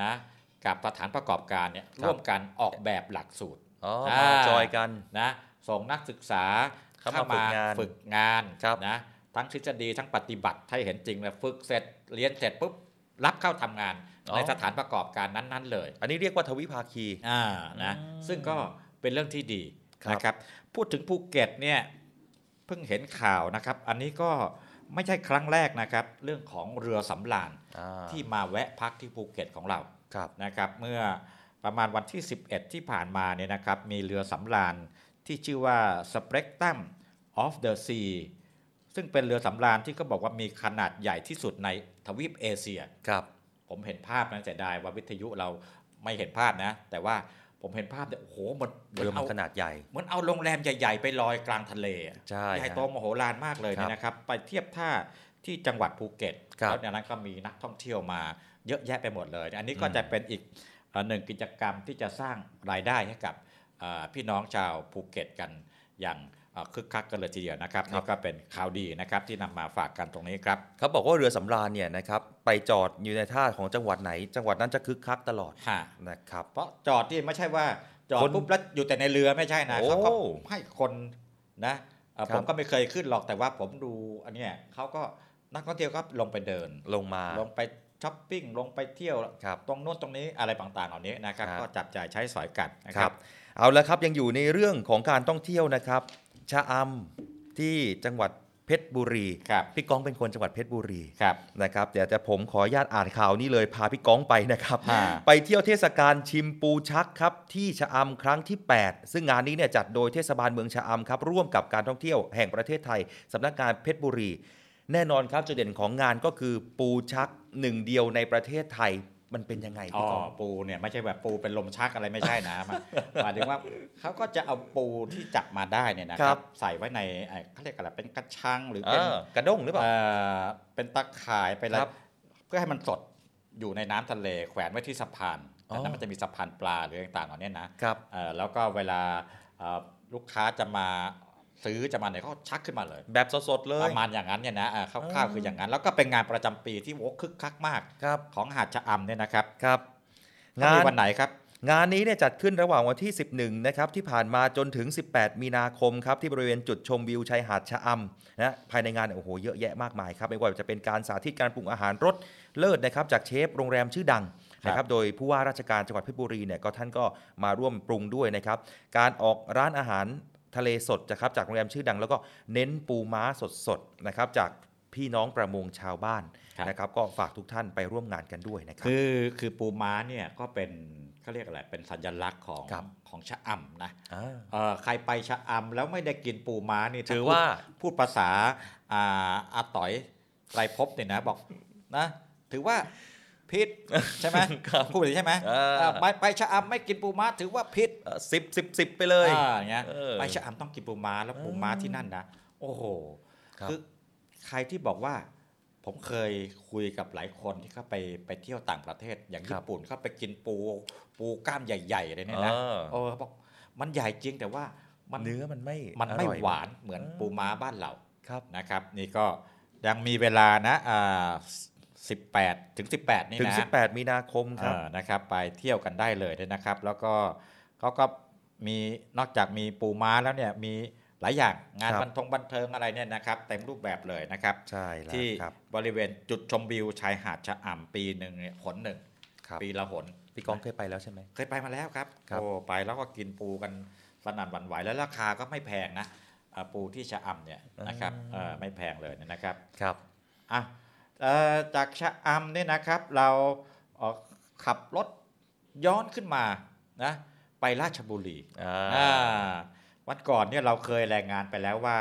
Speaker 1: นะกับสถานประกอบการเนี่ย
Speaker 2: ครับ
Speaker 1: ร่วมกันออกแบบหลักสูตร
Speaker 2: อ๋อ
Speaker 1: าม
Speaker 2: จอยกัน
Speaker 1: นะส่งนักศึกษา
Speaker 2: เข้ามาฝึกงาน
Speaker 1: ฝึกงานนะทั้งทฤษฎีทั้งปฏิบัติให้เห็นจริงเลยฝึกเสร็จเรียนเสร็จปุ๊บรับเข้าทำงาน
Speaker 2: อ๋อ
Speaker 1: ในสถานประกอบการนั้น ๆ เลย
Speaker 2: อันนี้เรียกว่าทวิภาคี
Speaker 1: อ่านะซึ่งก็เป็นเรื่องที่ดีนะครับพูดถึงภูเก็ตเนี่ยเพิ่งเห็นข่าวนะครับ อันนี้ก็ไม่ใช่ครั้งแรกนะครับ เรื่องของเรือสำราญที่มาแวะพักที่ภูเก็ตของเรานะครับ เมื่อประมาณวันที่ 11 ที่ผ่านมาเนี่ยนะครับ มีเรือสำราญที่ชื่อว่า Spectrum of the Sea ซึ่งเป็นเรือสำราญที่ก็บอกว่ามีขนาดใหญ่ที่สุดในทวีปเอเชีย
Speaker 2: ครับ
Speaker 1: ผมเห็นภาพนะเสียดายว่าวิทยุเราไม่เห็นภาพนะ แต่ว่าผมเห็นภาพเนี่ยโอ้โหมันห
Speaker 2: เรือมัน
Speaker 1: เา
Speaker 2: ขนาดใหญ่
Speaker 1: เหมือนเอาโรงแรมใหญ่ ๆ ไปลอยกลางทะเลอะ
Speaker 2: ใช่
Speaker 1: ใหญ่
Speaker 2: ฮะ
Speaker 1: โตมโหฬารมากเลย
Speaker 2: ครับ
Speaker 1: เนี่ยนะครับ ไปเทียบท่าที่จังหวัดภูเก็ต
Speaker 2: ครับ
Speaker 1: แล้วในนั้นก็มีนักท่องเที่ยวมาเยอะแยะไปหมดเลย อันนี้ก็
Speaker 2: อืม
Speaker 1: จะเป็นอีกเอ่อหนึ่งกิจกรรมที่จะสร้างรายได้ให้กับเอ่อพี่น้องชาวภูเก็ตกันอย่างเอ่อคึกคักกันเลยทีเดียวนะครับนี่ก็เป็นข่าวดีนะครับที่นำมาฝากกันตรงนี้ครับ
Speaker 2: เขาบอกว่าเรือสำราญเนี่ยนะครับไปจอดอยู่ในท่าของจังหวัดไหน จังหวัดนั้นจะคึกคักตลอดนะครับ
Speaker 1: เพราะจอดที่ไม่ใช่ว่าจอดปุ๊บแล้วอยู่แต่ในเรือไม่ใช่นะ
Speaker 2: โอ้
Speaker 1: เขาก็ให้คนนะเอ่อ
Speaker 2: ครั
Speaker 1: ผ
Speaker 2: บ
Speaker 1: มก็ไม่เคยขึ้นหรอกแต่ว่าผมดูอันเนี้ยเขาก็นักท่องเที่ยวก็ลงไปเดิน
Speaker 2: ลงมา
Speaker 1: ลงไปช้อปปิ้งลงไปเที่ยวตรงโน้นตรงนี้อะไรต่างๆเหล่านี้นะครับ ก็จับจ่ายใช้สอยกันนะ
Speaker 2: ค
Speaker 1: ค
Speaker 2: รั
Speaker 1: รั
Speaker 2: บบ เอาละครับยังอยู่ในเรื่องของการท่องเที่ยวนะครับ ชะอำที่จังหวัดเพชรบุรีพี่ก้องเป็นคนจังหวัดเพชรบุรีนะครับเดี๋ยวจะผมขออนุญาตอ่านข่าวนี้เลยพาพี่ก้องไปนะครับ
Speaker 1: ฮะ
Speaker 2: ไปเที่ยวเทศกาลชิมปูชักครับที่ชะอำครั้งที่ 8 ซึ่งงานนี้เนี่ยจัดโดยเทศบาลเมืองชะอำครับร่วมกับการท่องเที่ยวแห่งประเทศไทยสำนักงานเพชรบุรี แน่นอนครับจุดเด่นของงานก็คือปูชักหนึ่งเดียวในประเทศไทยมันเป็นยังไง
Speaker 1: อ๋
Speaker 2: พี่
Speaker 1: อ
Speaker 2: ก้อง
Speaker 1: ปูเนี่ยไม่ใช่แบบปูเป็นลมชักอะไรไม่ใช่ นะ หมายหมายถึงว่าเขาก็จะเอาปูที่จับมาได้เนี่ยนะค
Speaker 2: ครั
Speaker 1: รับ
Speaker 2: บ
Speaker 1: ใส่ไว้ในไอ้เขาเรียกอะไรเป็นกระชังหรือเป็น
Speaker 2: เออกระด้งหรือเปล่า
Speaker 1: เป็นตะข่ายไปแล้ว
Speaker 2: ครับ
Speaker 1: เพื่อให้มันสดอยู่ในน้ำทะเลแขวนไว้ที่สะพาน
Speaker 2: อ๋อ
Speaker 1: แล้วมันจะมีสะพานปลาหรือต่างๆเหล่านี้นะครับ เอ่อแล้วก็เวลาเอ่อลูกค้าจะมาซื้อจะมาไหนเขาชักขึ้นมาเลย
Speaker 2: แบบสดๆเลย
Speaker 1: ประมาณอย่างนั้นเนี่ยนะเอ่อคร่าว
Speaker 2: อ๋
Speaker 1: ๆ
Speaker 2: อ
Speaker 1: คืออย่างนั้น แล้วก็เป็นงานประจำปีที่โว้คึกคักมากของหาดชะอำเนี่ยนะครับ
Speaker 2: ครับ
Speaker 1: งานวันไหนครับ
Speaker 2: งานนี้เนี่ยจัดขึ้นระหว่างวันที่ 11 นะครับที่ผ่านมาจนถึง 18 มีนาคมครับที่บริเวณจุดชมวิวชายหาดชะอำนะภายในงานเนี่ยโอ้โหเยอะแยะมากมายครับไม่ว่าจะเป็นการสาธิตการปรุงอาหารรสเลิศนะครับจากเชฟโรงแรมชื่อดังนะครับโดยผู้ว่าราชการจังหวัดเพชรบุรีเนี่ยก็ท่านก็มาร่วมปรุงด้วยนะครับการออกร้านอาหารทะเลสดนะครับจากโรงแรมชื่อดัง แล้วก็เน้นปูม้าสดๆนะครับจากพี่น้องประมงชาวบ้านนะครับก็ฝากทุกท่านไปร่วมงานกันด้วยนะครับ
Speaker 1: คือคือปูม้าเนี่ยก็เป็นเขาเรียกอะไรเป็นสัญลักษณ์ของของชะอำนะเอ่อใครไปชะอำแล้วไม่ได้กินปูม้านี่
Speaker 2: ถือ
Speaker 1: ถ้พูด
Speaker 2: ว่า
Speaker 1: พูดภาษาอ่าอาต๋อยไรภพเนี่ยนะบอกนะถือว่าพิ ษใช่ไหมพูดอย่างนี้ใช่ไหมเอ่อไปไปชะอำไม่กินปูม้าถือว่าพิษ
Speaker 2: สิบสิบสิบไปเลย
Speaker 1: อย่างเงี้ย
Speaker 2: เออ
Speaker 1: ไปชะอำต้องกินปูม้าแล้วปูม้าที่นั่นนะโอ้โห
Speaker 2: ครับ
Speaker 1: คือใครที่บอกว่าผมเคยคุยกับหลายคนที่เขาไปไปเที่ยวต่างประเทศ อย่างญี่ปุ่นเขาไปกินปูปูกล้ามใหญ่ๆเลยเนี่ยนะ
Speaker 2: เออ
Speaker 1: เออเขาบอกมันใหญ่จริงแต่ว่ามัน
Speaker 2: เนื้อมันไม่
Speaker 1: มันไม่
Speaker 2: อร่อย
Speaker 1: หวานเหมือนปูม้าบ้านเรา
Speaker 2: ครับ
Speaker 1: นะครับ นี่ก็ยังมีเวลานะอ่า18 ถึง 18 นี่นะ
Speaker 2: ถึง 18 มีนาคมครับ
Speaker 1: เออนะครับ ไปเที่ยวกันได้เลยด้วยนะครับ แล้วก็เขาก็มีนอกจากมีปูม้าแล้วเนี่ยมีหลายอย่างงาน
Speaker 2: ครับ
Speaker 1: บันทงบันเทิงอะไรเนี่ยนะครับเต็มรูปแบบเลยนะครับ
Speaker 2: ใช่แล้ว
Speaker 1: ที่
Speaker 2: ครับ
Speaker 1: บริเวณจุดชมวิวชายหาดชะอำปีหนึ่งเนี่ยหนหนึ่งปีละหน
Speaker 2: พี่กองเคยไปแล้วใช่ไหม
Speaker 1: เคยไปมาแล้วครับ
Speaker 2: ครับ
Speaker 1: โอ้ไปแล้วก็กินปูกันสนั่นหวั่นไหวแล้วราคาก็ไม่แพงนะเอ่อปูที่ชะอำเนี่ยนะครับ
Speaker 2: อืม
Speaker 1: เอ่อไม่แพงเลยนะครับ
Speaker 2: ครับ
Speaker 1: อ่ะเอ่อจากชะอำเนี่ยนะครับ เราเอ่อขับรถย้อนขึ้นมานะไปราชบุรีอ่าวันก่อนเนี่ยเราเคยรายงานไปแล้วว่า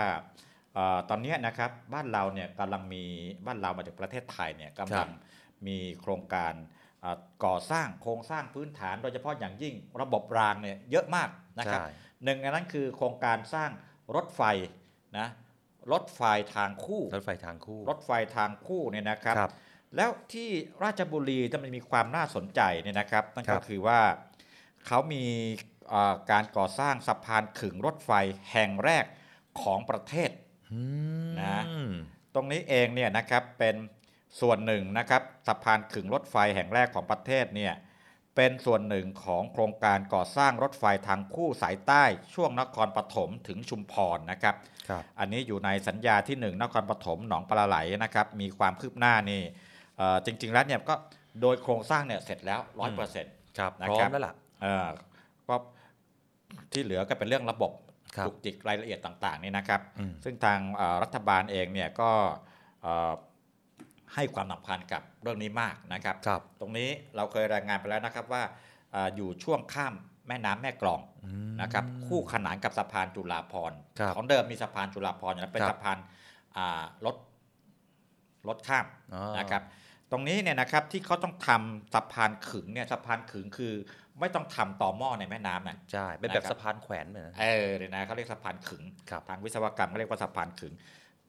Speaker 1: เอ่อตอนเนี้ยนะครับบ้านเราเนี่ยกำลังมีบ้านเรามาจากประเทศไทยเนี่ยกำลังมีโครงการเอ่อก่อสร้างโครงสร้างพื้นฐาน โดยเฉพาะอย่างยิ่งระบบรางเนี่ยเยอะมากนะครับ
Speaker 2: ใช่
Speaker 1: หนึ่งในนั้นคือโครงการสร้างรถไฟนะ รถไฟทางคู่
Speaker 2: รถไฟทางคู่
Speaker 1: รถไฟทางคู่เนี่ยนะครับ แล้วที่ราชบุรีจะมันมีความน่าสนใจเนี่ยนะครับนั่น
Speaker 2: ครั
Speaker 1: ก็
Speaker 2: บ
Speaker 1: คือว่าเขามีเอ่อการก่อสร้างสะพานขึงรถไฟแห่งแรกของประเทศ นะตรงนี้เองเนี่ยนะครับเป็นส่วนหนึ่งนะครับสะพานขึงรถไฟแห่งแรกของประเทศเนี่ยเป็นส่วนหนึ่งของโครงการก่อสร้างรถไฟทางคู่สายใต้ช่วงนครปฐมถึงชุมพรนะครับ
Speaker 2: ครับ
Speaker 1: อันนี้อยู่ในสัญญาที่ 1 นครปฐมหนองปลาไหลนะครับมีความคืบหน้านี่เอ่อจริง ๆ แล้วเนี่ยก็โดยโครงสร้างเนี่ยเสร็จแล้วร้อยเปอร์เซ็นต์
Speaker 2: ครับ
Speaker 1: นะ
Speaker 2: พร้อ
Speaker 1: ค
Speaker 2: ม
Speaker 1: รับ
Speaker 2: แล้วล่ะ
Speaker 1: เอ่อก็ที่เหลือก็เป็นเรื่องระบบจุกจิกรายละเอียดต่างๆนี่นะครับ
Speaker 2: อืม
Speaker 1: ซึ่งทางเอ่อรัฐบาลเองเนี่ยก็เอ่อให้ความสำคัญกับเรื่องนี้มากนะครับ ตรงนี้เราเคยรายงานไปแล้วนะครับว่าเอออยู่ช่วงข้ามแม่น้ำแม่กลองนะครับคู่ขนานกับสะพานจุฬาพรณ์
Speaker 2: ครับ
Speaker 1: ของเดิมมีสะพานจุฬาพรณ์อยู่แล้วเป็น
Speaker 2: ครับ
Speaker 1: สะพานอ่ารถรถข้ามนะครับ ตรงนี้เนี่ยนะครับที่เขาต้องทำสะพานขึงเนี่ยสะพานขึงคือไม่ต้องทำต่อหม้อในแม่น้ำนะ
Speaker 2: ใช่เป็นแบบสะพานแขวนเหมือน
Speaker 1: เออเนี่ยนะเขาเรียกสะพานขึงทางวิศวกรรมเขาเรียกว่าสะพานขึง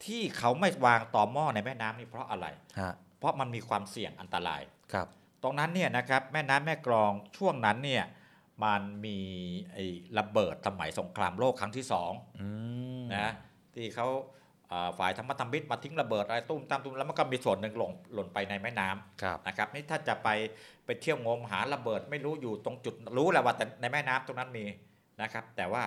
Speaker 1: ที่เขาไม่วางต่อหม้อในแม่น้ำนี่เพราะอะไร
Speaker 2: ฮะ
Speaker 1: เพราะมันมีความเสี่ยงอันตราย
Speaker 2: ครับ
Speaker 1: ตรงนั้นเนี่ยนะครับแม่น้ำแม่กลองช่วงนั้นเนี่ยมันมีไอ้ระเบิดสมัยสงครามโลกครั้งที่สอง
Speaker 2: อืม
Speaker 1: นะที่เขาเอ่อฝ่ายธรรมธรรมิตมาทิ้งระเบิดอะไรตุ้มตามตุ้มแล้วมันก็มีส่วนหนึ่งหล่นหล่นไปในแม่น้ำนะครับนี่ถ้าจะไปไปเที่ยวงมหาระเบิดไม่รู้อยู่ตรงจุดรู้แหละว่าแต่ในแม่น้ำตรงนั้นมีนะครับ แต่ว่า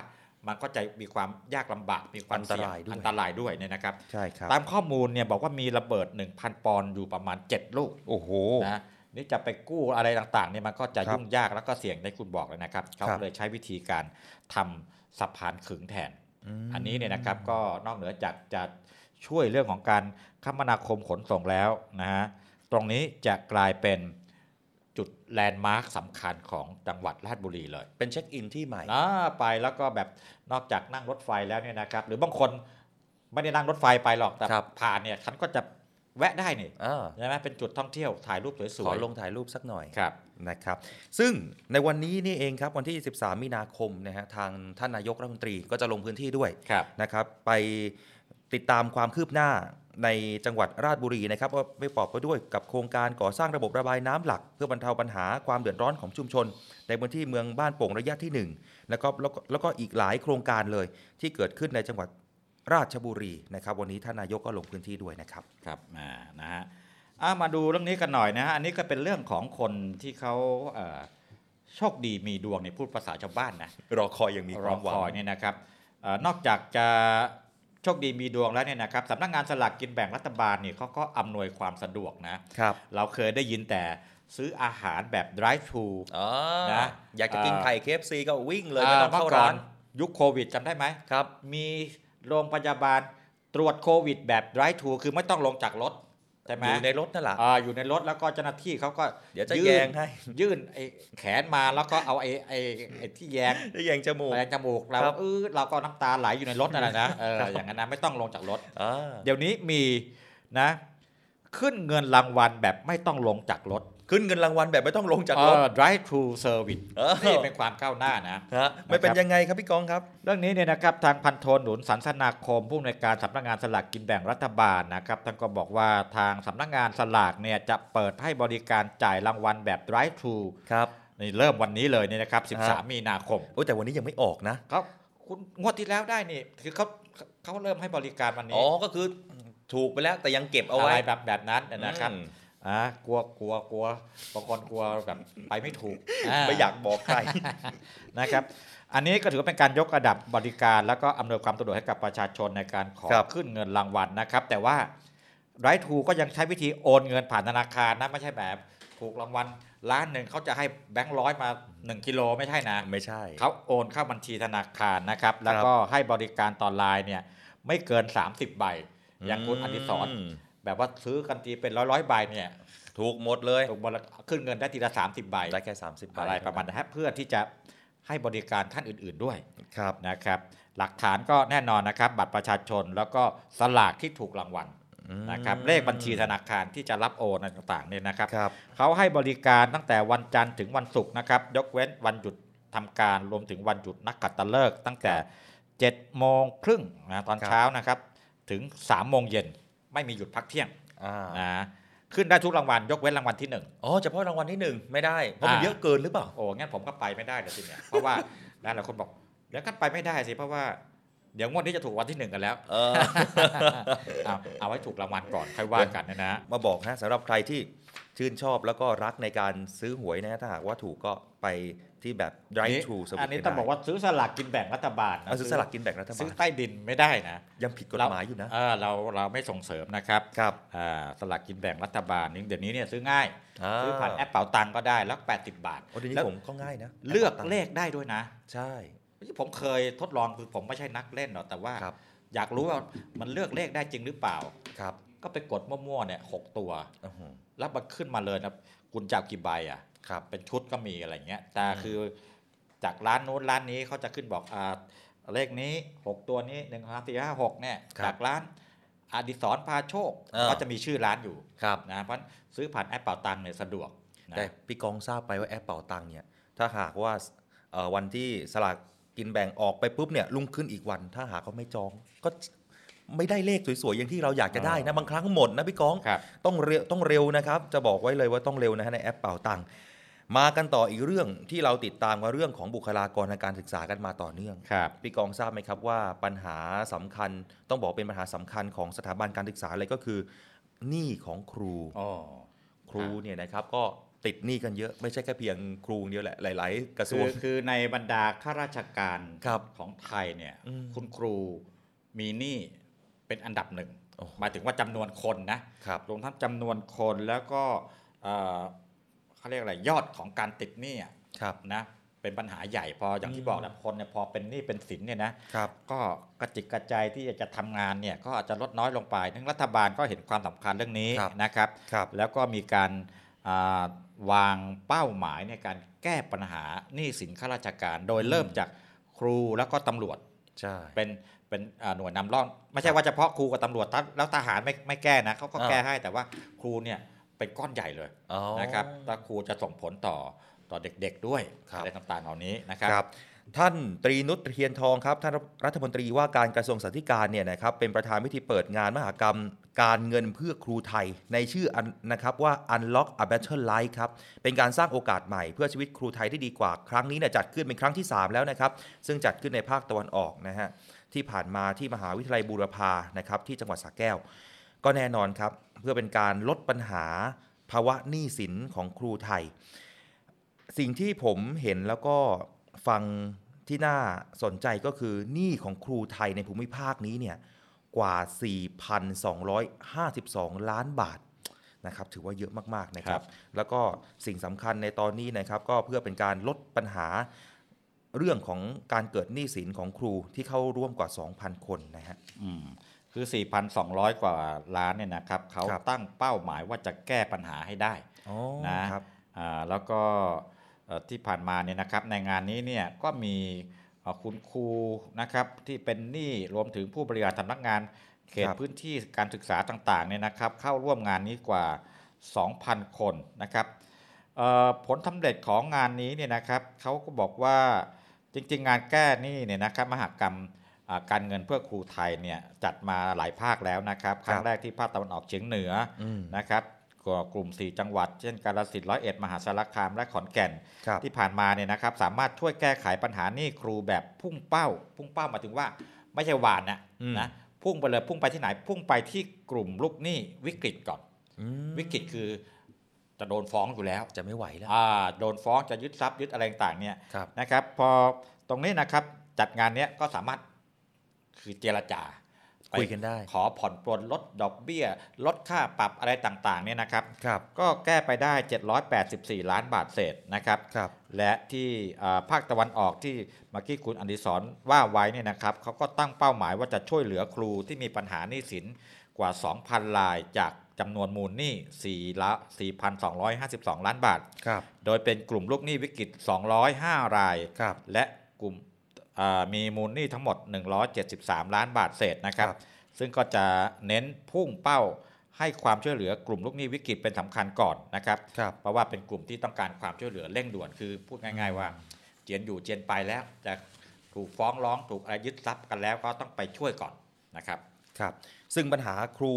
Speaker 1: มันก็จะมีความยากลำบากมีความเสี่ง
Speaker 2: อันตรายด้วย
Speaker 1: อันตรายด้วยเนี่ยนะครับ
Speaker 2: ใช่ครับ
Speaker 1: ตามข้อมูลเนี่ยบอกว่ามีระเบิด 1,000 ปอนด์อยู่ประมาณ 7 ลูก
Speaker 2: โอ้โห
Speaker 1: นะนี่จะไปกู้อะไรต่างๆเนี่ยมันก็จะ
Speaker 2: ครับ
Speaker 1: ยุ่งยากแล้วก็เสี่ยงได้คุณบอกเลยนะครับเขา
Speaker 2: ครับ
Speaker 1: เลยใช้วิธีการทำสะพานขึงแทน
Speaker 2: อืม
Speaker 1: อันนี้เนี่ยนะครับก็นอกเหนือจากจะช่วยเรื่องของการคมนาคมขนส่งแล้วนะฮะตรงนี้จะกลายเป็นจุดแลนด์มาร์คสำคัญของจังหวัดราชบุรีเลย
Speaker 2: เป็นเช็คอินที่ใหม่
Speaker 1: อ่าไปแล้วก็แบบนอกจากนั่งรถไฟแล้วเนี่ยนะครับ หรือบางคนไม่ได้นั่งรถไฟไปหรอกแต่ผ่านเนี่ยฉันก็จะแวะได้นี่ใช่ไหมเป็นจุดท่องเที่ยวถ่ายรูปสวยๆ
Speaker 2: ขอลงถ่ายรูปสักหน่อย
Speaker 1: ครับ
Speaker 2: นะครับ ซึ่งในวันนี้นี่เองครับวันที่ 13 มีนาคมนะฮะทางท่านนายกรัฐมนตรีก็จะลงพื้นที่ด้วยนะครับ ไปติดตามความคืบหน้าในจังหวัดราชบุรีนะครับว่าไปประกอบไปด้วยกับโครงการก่อสร้างระบบระบายน้ำหลัก เพื่อบรรเทาปัญหาความเดือดร้อนของชุมชน ในพื้นที่เมืองบ้านโป่งระยะที่หนึ่งแล้วก็แล้วก็แล้วก็อีกหลายโครงการเลยที่เกิดขึ้นในจังหวัดราชบุรีนะครับ วันนี้ท่านนายกก็ลงพื้นที่ด้วยนะครับ
Speaker 1: ครับอ่านะฮะอ่ะมาดูเรื่องนี้กันหน่อยนะฮะอันนี้ก็เป็นเรื่องของคนที่เขาเอ่อโชคดีมีดวงในยพูดภาษาชาวบ้านนะ
Speaker 2: รอคอยยังมีความหวัง
Speaker 1: รอคอยเนี่ยนะครับเอ่อนอกจากจะโชคดีมีดวงแล้วเนี่ยนะครับสำนักงานสลากกินแบ่งรัฐบาลเนี่ยเขาก็อำนวยความสะดวกนะ
Speaker 2: ครับ
Speaker 1: เราเคยได้ยินแต่ซื้ออาหารแบบ drive thru นะ
Speaker 2: อยากจะกินไข่ KFC ก็วิ่งเลย
Speaker 1: อ่
Speaker 2: ไม่ต้องเข้า
Speaker 1: มื่ก่
Speaker 2: ร้าน
Speaker 1: ยุคโควิดจำได้ไหมครับ มีโรงพยาบาลตรวจโควิดแบบ drive thru คือไม่ต้องลงจากรถใช่ไหม
Speaker 2: อยู่ในรถนั่นแหละ
Speaker 1: อ่าอยู่ในรถแล้วก็เจ้าหน้าที่เขาก็
Speaker 2: เดี๋ยวจะ
Speaker 1: น
Speaker 2: แยงให้
Speaker 1: ยื่นไอ้แขนมาแล้วก็เอาไอ้ไอ้ไอ้ที่แยง
Speaker 2: ที่แยงจมูก
Speaker 1: แยงจมูกเรา
Speaker 2: ครับ
Speaker 1: เออเราก็น้ำตาไหลอยู่ในรถนั่นแหละนะเออ
Speaker 2: ครับ
Speaker 1: อย่างนั้นนะไม่ต้องลงจากรถ
Speaker 2: อ่า
Speaker 1: เดี๋ยวนี้มีนะ ขึ้นเงินรางวัลแบบไม่ต้องลงจากรถ
Speaker 2: ขึ้นเงินรางวัลแบบไม่ต้องลงจากรถ
Speaker 1: เออ drive to service
Speaker 2: เออ
Speaker 1: นี่เป็นความก้าวหน้านะ
Speaker 2: ไม่เป็น
Speaker 1: นะครับ
Speaker 2: ยังไงครับพี่กองครับ
Speaker 1: เรื่องนี้เนี่ยนะครับทางพันโทหนุนสันสนาคมผู้อำนวยการสำนักงานสลากกินแบ่งรัฐบาลนะครับท่านก็บอกว่าทางสำนักงานสลากเนี่ยจะเปิดให้บริการจ่ายรางวัลแบบ drive to
Speaker 2: ครับ
Speaker 1: นี่เริ่มวันนี้เลยเนี่ยนะครับ
Speaker 2: ฮะ
Speaker 1: 13 มีนาคม
Speaker 2: โอ้แต่วันนี้ยังไม่ออกนะ
Speaker 1: ครับคุณงวดที่แล้วได้นี่คือเขาเขาเริ่มให้บริการวันนี้
Speaker 2: อ๋อก็คือถูกไปแล้วแต่ยังเก็บเอาไว้
Speaker 1: ะรแบบแบบนั้นนะครับ
Speaker 2: อืม
Speaker 1: อ่ากลัวกลัว กลัวบางคนกลัวแบบไปไม่ถูก
Speaker 2: ไม่อยากบอก ใคร
Speaker 1: นะครับ อันนี้ก็ถือว่าเป็นการยกระดับบริการ แล้วก็อำนวยความสะดวกให้กับประชาชนในการขอ
Speaker 2: ครับ
Speaker 1: ขึ้นเงินรางวัลนะครับ แต่ว่าไรทูก็ยังใช้วิธีโอนเงินผ่านธนาคารนะไม่ใช่แบบถูกรางวัลล้านหนึ่งเขาจะให้แบงค์ร้อยมา 1 กิโลไม่ใช่นะ
Speaker 2: ไม่ใช่
Speaker 1: เขาโอนเข้าบัญชีธนาคารนะครับ แล้วก็ให้บริการตอนไลน์เนี่ยไม่เกิน 30 ใบ อย่างคุณ
Speaker 2: อืม
Speaker 1: อดิศรแบบว่าซื้อกันทีเป็นร้อยร้อยๆใบเนี่ย
Speaker 2: ถูกหมดเลย
Speaker 1: ถูกหมดแล้วขึ้นเงินได้ทีละ30ใบ
Speaker 2: ได้แค่ 30
Speaker 1: อะไรประมาณนั้นฮะเพื่อที่จะให้บริการท่านอื่น ๆด้วย
Speaker 2: ครับ
Speaker 1: นะครับ หลักฐานก็แน่นอนนะครับ บัตรประชาชนแล้วก็สลากที่ถูกรางวัล
Speaker 2: อืม
Speaker 1: นะครับเลขบัญชีธนาคารที่จะรับโอนอะไรต่างๆเนี่ยนะครับเขาให้บริการตั้งแต่วันจันทร์ถึงวันศุกร์นะครับ ยกเว้นวันหยุดทำการรวมถึงวันหยุดนักขัตฤกษ์ตั้งแต่7จ็ดโมงครึ่งนะตอนเช้านะครับ ถึง3ามโมงเย็นไม่มีหยุดพักเที่ยงนะขึ้นได้ทุกรางวัลยกเว้นรางวัลที่หนึ่ง
Speaker 2: อ๋อเฉพาะรางวัลที่หนึ่งไม่ได้เพราะมันเยอะเกินหรือเปล่า
Speaker 1: โอ้งั้นผมก็ไปไม่ได้เดี๋ยวทีเนี้ยเพราะว่าหลายๆคนบอกเดี๋ยวกันไปไม่ได้สิเพราะว่าเดี๋ยวงวดนี้จะถูกวันที่หนึ่งกันแล้ว เออเอาเอาไว้ถูกรางวัลก่อนค่อยว่ากันนะนะ
Speaker 2: มาบอกนะสำหรับใครที่ชื่นชอบแล้วก็รักในการซื้อหวยนะถ้าหากว่าถูกก็ไปที่แบบ drive thru
Speaker 1: อันนี้ต้องบอกว่าซื้อสลากกินแบ่งรัฐบาลนะ
Speaker 2: เอาซื้อสลากกินแบ่งรัฐบาล
Speaker 1: ซื้อใต้ดินไม่ได้นะ
Speaker 2: ยังผิดกฎหมายอยู่นะ
Speaker 1: เออเราเราไม่ส่งเสริมนะครับ
Speaker 2: ครับ
Speaker 1: อ่าสลากกินแบ่งรัฐบาลนี่เดี๋ยวนี้เนี่ยซื้อง่าย
Speaker 2: อ่า
Speaker 1: ซื้อผ่านแอปเป๋าตังก็ได้แล้ว80 บาท
Speaker 2: โอ้เดี๋ยวนี้
Speaker 1: แล้ว
Speaker 2: ผมก็ง่ายนะ
Speaker 1: เลือกเลขได้ด้วยนะ
Speaker 2: ใช่
Speaker 1: ผมเคยทดลองคือผมไม่ใช่นักเล่นหรอกแต่ว่า อยากรู้ว่ามันเลือกเลขได้จริงหรือเปล่า
Speaker 2: ครับ
Speaker 1: ก็ไปกดมั่วๆเนี่ยหกตัว
Speaker 2: อื้อหือ
Speaker 1: แล้วมันขึ้นมาเลยนะคุณจะเอากี่ใบอ่ะครับ เป็นชุดก็มีอะไรเงี้ย แต่คือจากร้านโน้นร้านนี้เขาจะขึ้นบอกอ่าเลขนี้ 6 ตัวนี้หนึ่งสองสามสี่ห้าหกเนี่ย
Speaker 2: ครับ
Speaker 1: จากร้านอดิศรพาโชค
Speaker 2: เออ
Speaker 1: ก็จะมีชื่อร้านอยู่
Speaker 2: ครับ
Speaker 1: นะเพราะซื้อผ่านแอปเป่าตังค์เนี่ยสะดวกนะ
Speaker 2: แต่พี่กองทราบไปว่าแอปเป่าตังค์เนี่ยถ้าหากว่าเอ่อวันที่สลากกินแบ่งออกไปปุ๊บเนี่ยลุงขึ้นอีกวัน ถ้าหากเขาไม่จองก็ไม่ได้เลขสวยๆอย่างที่เราอยากจะได้นะบางครั้งหมดนะพี่กองต้องเร็วต้องเร็วนะครับ จะบอกไว้เลยว่าต้องเร็วนะฮะในแอปเป่าตังค์มากันต่ออีกเรื่องที่เราติดตามว่าเรื่องของบุคลากรทางการศึกษากันมาต่อเนื่อง
Speaker 1: ครับ
Speaker 2: พี่กองทราบไหมครับว่าปัญหาสำคัญต้องบอกเป็นปัญหาสำคัญของสถาบันการศึกษาเลยก็คือหนี้ของครูครูเนี่ยนะครับก็ติดหนี้กันเยอะไม่ใช่แค่เพียงครูเดียวแหละหลาย ๆ กระทร
Speaker 1: คื
Speaker 2: ว
Speaker 1: อง คือในบรรดาข้าราชการของไทยเนี่ย
Speaker 2: อืม
Speaker 1: คุณครูมีหนี้เป็นอันดับหนึ่งหมายถึงว่าจำนวนคนนะรวมทั้งจำนวนคนแล้วก็เอ่อเขาเรียกอะไรยอดของการติดหนี้อะนะเป็นปัญหาใหญ่พออย่างที่บอกนะคนเนี่ยพอเป็นหนี้เป็นสินเนี่ยนะก็กระจิกกระใจที่จะทำงานเนี่ยก็อาจจะลดน้อยลงไปทั้งรัฐบาลก็เห็นความสำคัญเรื่องนี้นะครับแล้วก็มีการอ่าวางเป้าหมายในการแก้ปัญหาหนี้สินข้าราชการ โดยเริ่มจากครูแล้วก็ตำรวจ
Speaker 2: ใช่
Speaker 1: เป็นเป็นอ่าหน่วยนำร่องไม่ใช่ว่าเฉพาะครูกับตำรวจตะแล้วทหารไม่ไม่แก้นะเขาก็
Speaker 2: อ่า
Speaker 1: แก้ให้แต่ว่าครูเนี่ยเป็นก้อนใหญ่เลย
Speaker 2: อ๋อ
Speaker 1: นะครับแต่ครูจะส่งผลต่อต่อเด็กๆด้วยอะไรต่างๆเหล่านี้นะครับ
Speaker 2: ครับท่านตรีนุชเทียนทองครับท่านรัฐมนตรีว่าการกระทรวงสาธารณสุขเนี่ยนะครับเป็นประธานพิธีเปิดงานมหกรรมการเงินเพื่อครูไทย ในชื่ออันนะครับว่า Unlock a Better Life ครับเป็นการสร้างโอกาสใหม่เพื่อชีวิตครูไทยที่ดีกว่า ครั้งนี้เนี่ยจัดขึ้นเป็นครั้งที่ 3 แล้วนะครับ ซึ่งจัดขึ้นในภาคตะวันออกนะฮะที่ผ่านมาที่มหาวิทยาลัยบูรพานะครับที่จังหวัดสระแก้ว ก็แน่นอนครับเพื่อเป็นการลดปัญหาภาวะหนี้สินของครูไทย สิ่งที่ผมเห็นแล้วก็ฟังที่น่าสนใจก็คือหนี้ของครูไทยในภูมิภาคนี้เนี่ยกว่า 4,252 ล้านบาทนะครับถือว่าเยอะมากๆนะครับ แล้วก็สิ่งสำคัญในตอนนี้นะครับ ก็เพื่อเป็นการลดปัญหาเรื่องของการเกิดหนี้สินของครูที่เข้าร่วมกว่า 2,000 คนนะฮะ
Speaker 1: อืมคือ 4,200 กว่าล้านเนี่ยนะครับเขาตั้งเป้าหมายว่าจะแก้ปัญหาให้ได้
Speaker 2: อ๋อ
Speaker 1: นะครับ อ่าแล้วก็เอ่อที่ผ่านมาเนี่ยนะครับในงานนี้เนี่ยก็มีเอ่อคุณครูนะครับที่เป็นหนี้รวมถึงผู้บริหารสำนักงานเขต
Speaker 2: ครับ
Speaker 1: พื้นที่การศึกษาต่างๆเนี่ยนะครับเข้าร่วมงานนี้กว่า 2,000 คนนะครับเอ่อผลสำเร็จของงานนี้เนี่ยนะครับเขาก็บอกว่าจริงๆ งานแก้หนี้เนี่ยนะครับมหกรรม อ่าการเงินเพื่อครูไทยเนี่ยจัดมาหลายภาคแล้วนะครับ ครั้งแรกที่ภาคตะวันออกเฉียงเหนืออ
Speaker 2: ม
Speaker 1: นะครับก็กลุ่ม 4 จังหวัด เช่นกาฬสินธุ์ร้อยเอ็ดมหาสารคามและขอนแก่น
Speaker 2: ครับ
Speaker 1: ที่ผ่านมาเนี่ยนะครับสามารถช่วยแก้ไขปัญหาหนี้ครูแบบพุ่งเป้า พุ่งเป้าหมายถึงว่าไม่ใช่หวานนะ
Speaker 2: อืม
Speaker 1: นะพุ่งไปเลยพุ่งไปที่ไหน พุ่งไปที่กลุ่มลูกหนี้วิกฤตก่อน
Speaker 2: อืม
Speaker 1: วิกฤตคือจะโดนฟ้องอยู่แล้ว
Speaker 2: จะไม่ไหวแล้ว
Speaker 1: อ่าโดนฟ้องจะยึดทรัพย์ยึดอะไรต่างๆเนี่ย
Speaker 2: ครับ
Speaker 1: นะครับ พอตรงนี้นะครับจัดงานเนี้ยก็สามารถคือเจรจา
Speaker 2: คุยกันได้
Speaker 1: ขอผ่อนปลนลดดอกเบี้ย ลดค่าปรับอะไรต่างๆเนี่ยนะครับ
Speaker 2: ครับ
Speaker 1: ก็แก้ไปได้ 784 ล้านบาทเศษนะครับ
Speaker 2: ครับ
Speaker 1: และที่อ่าภาคตะวันออกที่เมื่อกี้คุณอดิศรว่าไว้เนี่ยนะครับเขาก็ตั้งเป้าหมายว่าจะช่วยเหลือครูที่มีปัญหาหนี้สินกว่า 2,000 รายจากจำนวนมูลหนี้4ละ4,252 ล้านบาท
Speaker 2: ครับ
Speaker 1: โดยเป็นกลุ่มลูกหนี้วิกฤต 205 ราย และกลุ่มเอ่อมีมูลหนี้ทั้งหมด 173 ล้านบาทเศษนะครับ ซึ่งก็จะเน้นพุ่งเป้าให้ความช่วยเหลือกลุ่มลูกหนี้วิกฤตเป็นสำคัญก่อนนะครับ เพราะว่าเป็นกลุ่มที่ต้องการความช่วยเหลือเร่งด่วนคือพูดง่าย ๆ ว่าเจียนอยู่เจียนไปแล้วจะถูกฟ้องร้องถูกอะไรยึดทรัพย์กันแล้วก็ต้องไปช่วยก่อนนะครับ
Speaker 2: ครับ ซึ่งปัญหาครู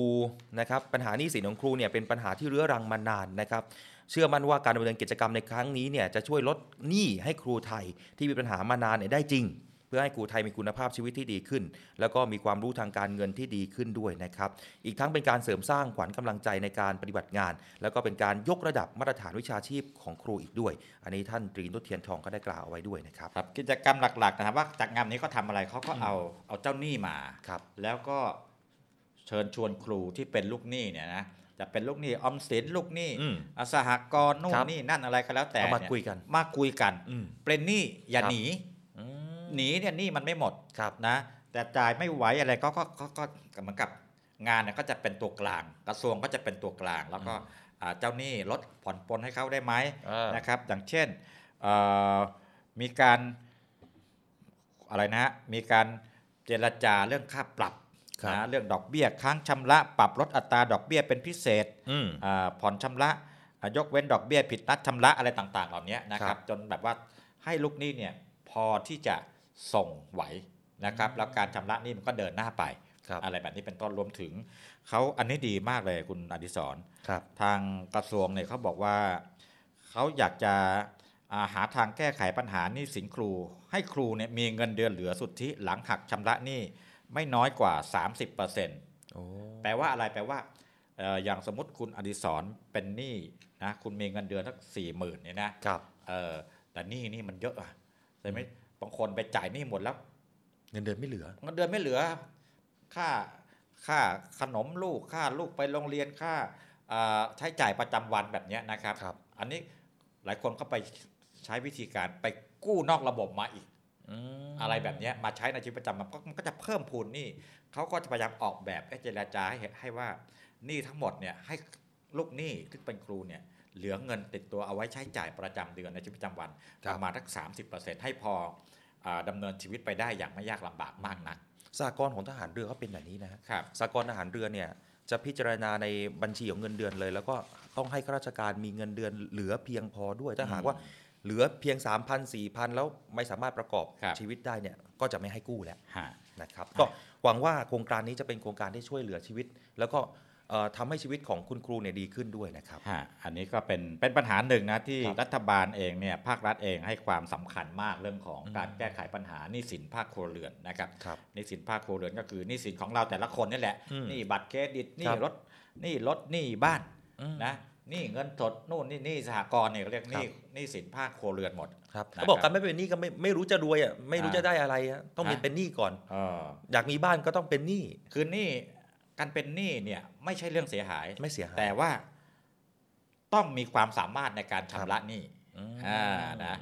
Speaker 2: นะครับปัญหาหนี้สินของครูเนี่ยเป็นปัญหาที่เรื้อรังมานานนะครับ เชื่อมั่นว่าการดำเนินกิจกรรมในครั้งนี้เนี่ยจะช่วยลดหนี้ให้ครูไทยที่มีปัญหามานานเนี่ยได้จริง เพื่อให้ครูไทยมีคุณภาพชีวิตที่ดีขึ้น แล้วก็มีความรู้ทางการเงินที่ดีขึ้นด้วยนะครับ อีกทั้งเป็นการเสริมสร้างขวัญกำลังใจในการปฏิบัติงาน แล้วก็เป็นการยกระดับมาตรฐานวิชาชีพของครูอีกด้วย อันนี้ท่านตรีนุชเทียนทองก็ได้กล่าวเอาไว้ด้วยนะครับ
Speaker 1: กิจกรรมหลักๆนะครับว่าจากงานนี้เขาทำอะไรเขาก็เอาเอาเจ้าหนี้มา แล้วก็เชิญชวนครูที่เป็นลูกหนี้เนี่ยนะจะเป็นลูกหนี้ออมสินลูกหนี้อสหกรณ์นู่
Speaker 2: คน รับ
Speaker 1: นี่นั่นอะไรก็แล้วแต่
Speaker 2: เอามา
Speaker 1: เ
Speaker 2: คุยกัน
Speaker 1: มาคุยกัน
Speaker 2: อืม
Speaker 1: เป็นหนี้อย่า
Speaker 2: ครับ
Speaker 1: หนีหนีเนี่ยหนี้มันไม่หมดนะแต่จ่ายไม่ไหวอะไรก็ก็ก็ก็ก็เหมือนกับงานเนี่ยก็จะเป็นตัวกลาง กระทรวงก็จะเป็นตัวกลาง แล้วก็อ่าเจ้าหนี้ลดผ่อนปลนให้เขาได้ไหมนะครับ อย่างเช่นเอ่อมีการ อะไรนะฮะมีการเจรจาเรื่องค่าปรับนะเรื่องดอกเบี้ยค้างชำระ ปรับลดอัตราดอกเบี้ยเป็นพิเศษอ่าผ่อนชำระอ่ายกเว้นดอกเบี้ยผิดนัดชำระอะไรต่าง ๆ เหล่านี้นะค
Speaker 2: ครั
Speaker 1: รับบ จนแบบว่าให้ลูกหนี้เนี่ยพอที่จะส่งไหวนะครับแล้วการชำระหนี่มันก็เดินหน้าไป อะไรแบบนี้เป็นต้นรวมถึงเขาอันนี้ดีมากเลยคุณอดิศร
Speaker 2: ครับ
Speaker 1: ทางกระทรวงเนี่ยเขาบอกว่าเขาอยากจะอ่าหาทางแก้ไขปัญหาหนี้สินครู ให้ครูเนี่ยมีเงินเดือนเหลือสุทธิหลังหักชำระหนี้ไม่น้อยกว่า 30%แปลว่าอะไรแปลว่าเอ่ออย่างสมมติคุณอดิศรเป็นหนี้นะคุณมีเงินเดือนสักสี่หมื่นเนี่ยนะครับ เออแต่หนี้นี่มันเยอะอะใช่ไหมบางคนไปจ่ายหนี้หมดแล้ว
Speaker 2: เงินเดือนไม่เหลือ
Speaker 1: เงินเดือนไม่เหลือค่าค่าขนมลูกค่าลูกไปโรงเรียนค่าเอ่อใช้จ่ายประจำวันแบบเนี้ยนะครับ อันนี้หลายคนก็ไปใช้วิธีการไปกู้นอกระบบมาอีก อะไรแบบเนี้ยมาใช้ในชีวิตประจำวันก็มันก็จะเพิ่มพูนหนี่เขาก็จะพยายามออกแบบให้เจรจาให้เห็นให้ว่าหนี้ทั้งหมดเนี่ยให้ลูกหนี้ที่เป็นครูเนี่ยเหลือเงินติดตัวเอาไว้ใช้จ่ายประจำเดือนในชีวิตประจำวันประมาณสัก30%ให้พออ่าดำเนินชีวิตไปได้อย่างไม่ยากลำบากมากนัก
Speaker 2: สากลของทหารเรือก็เป็นแบบนี้นะฮะ
Speaker 1: ครับ
Speaker 2: สากลทหารเรือเนี่ยจะพิจารณาในบัญชีของเงินเดือนเลย แล้วก็ต้องให้ข้าราชการมีเงินเดือนเหลือเพียงพอด้วย ถ้าหากว่าเหลือเพียง 3 0 0 0 4 0 0 แล้วไม่สามารถประกอบชีวิตได้เนี่ยก็จะไม่ให้กู้แล้วนะครับก็หวังว่าโครงการนี้จะเป็นโครงการที่ช่วยเหลือชีวิต แล้วก็เอ่อทำให้ชีวิตของคุณครูเนี่ยดีขึ้นด้วยนะครับ
Speaker 1: ฮะอันนี้ก็เป็นเป็นปัญหาหนึ่งนะที่รัฐบาลเองเนี่ยภาครัฐเองให้ความสำคัญมากเรื่องของการแก้ไขปัญหาหนี้สินภาคครัวเรือนนะครับหนี้สินภาคครัวเรือนก็คือหนี้สินของเราแต่ละคนนี่แหละ
Speaker 2: อืม
Speaker 1: หนี้บัตรเครดิตหนี้
Speaker 2: ครับ
Speaker 1: รถหนี้รถหนี้บ้าน
Speaker 2: อืม
Speaker 1: นะหนี้เงินสดนู่นนี่หนี้สหกรณ์เนี่ยเขาเรียกหนี้หนี้สินภาคครัวเรือนหมด
Speaker 2: ครับเขาบอกการไม่เป็นหนี้ก็ไม่ไม่รู้จะรวยอ่ะไม่รู้
Speaker 1: อ่า
Speaker 2: จะได้อะไรอะต้องเป็น
Speaker 1: อ่ะ
Speaker 2: เป็นหนี้ก่อน
Speaker 1: เออ
Speaker 2: อยากมีบ้านก็ต้องเป็นหนี้
Speaker 1: คือหนี้การเป็นหนี้เนี่ยไม่ใช่เรื่องเสียหาย
Speaker 2: ไม่เสียหาย
Speaker 1: แต่ว่าต้องมีความสามารถในการชำระหนี้อ่านะ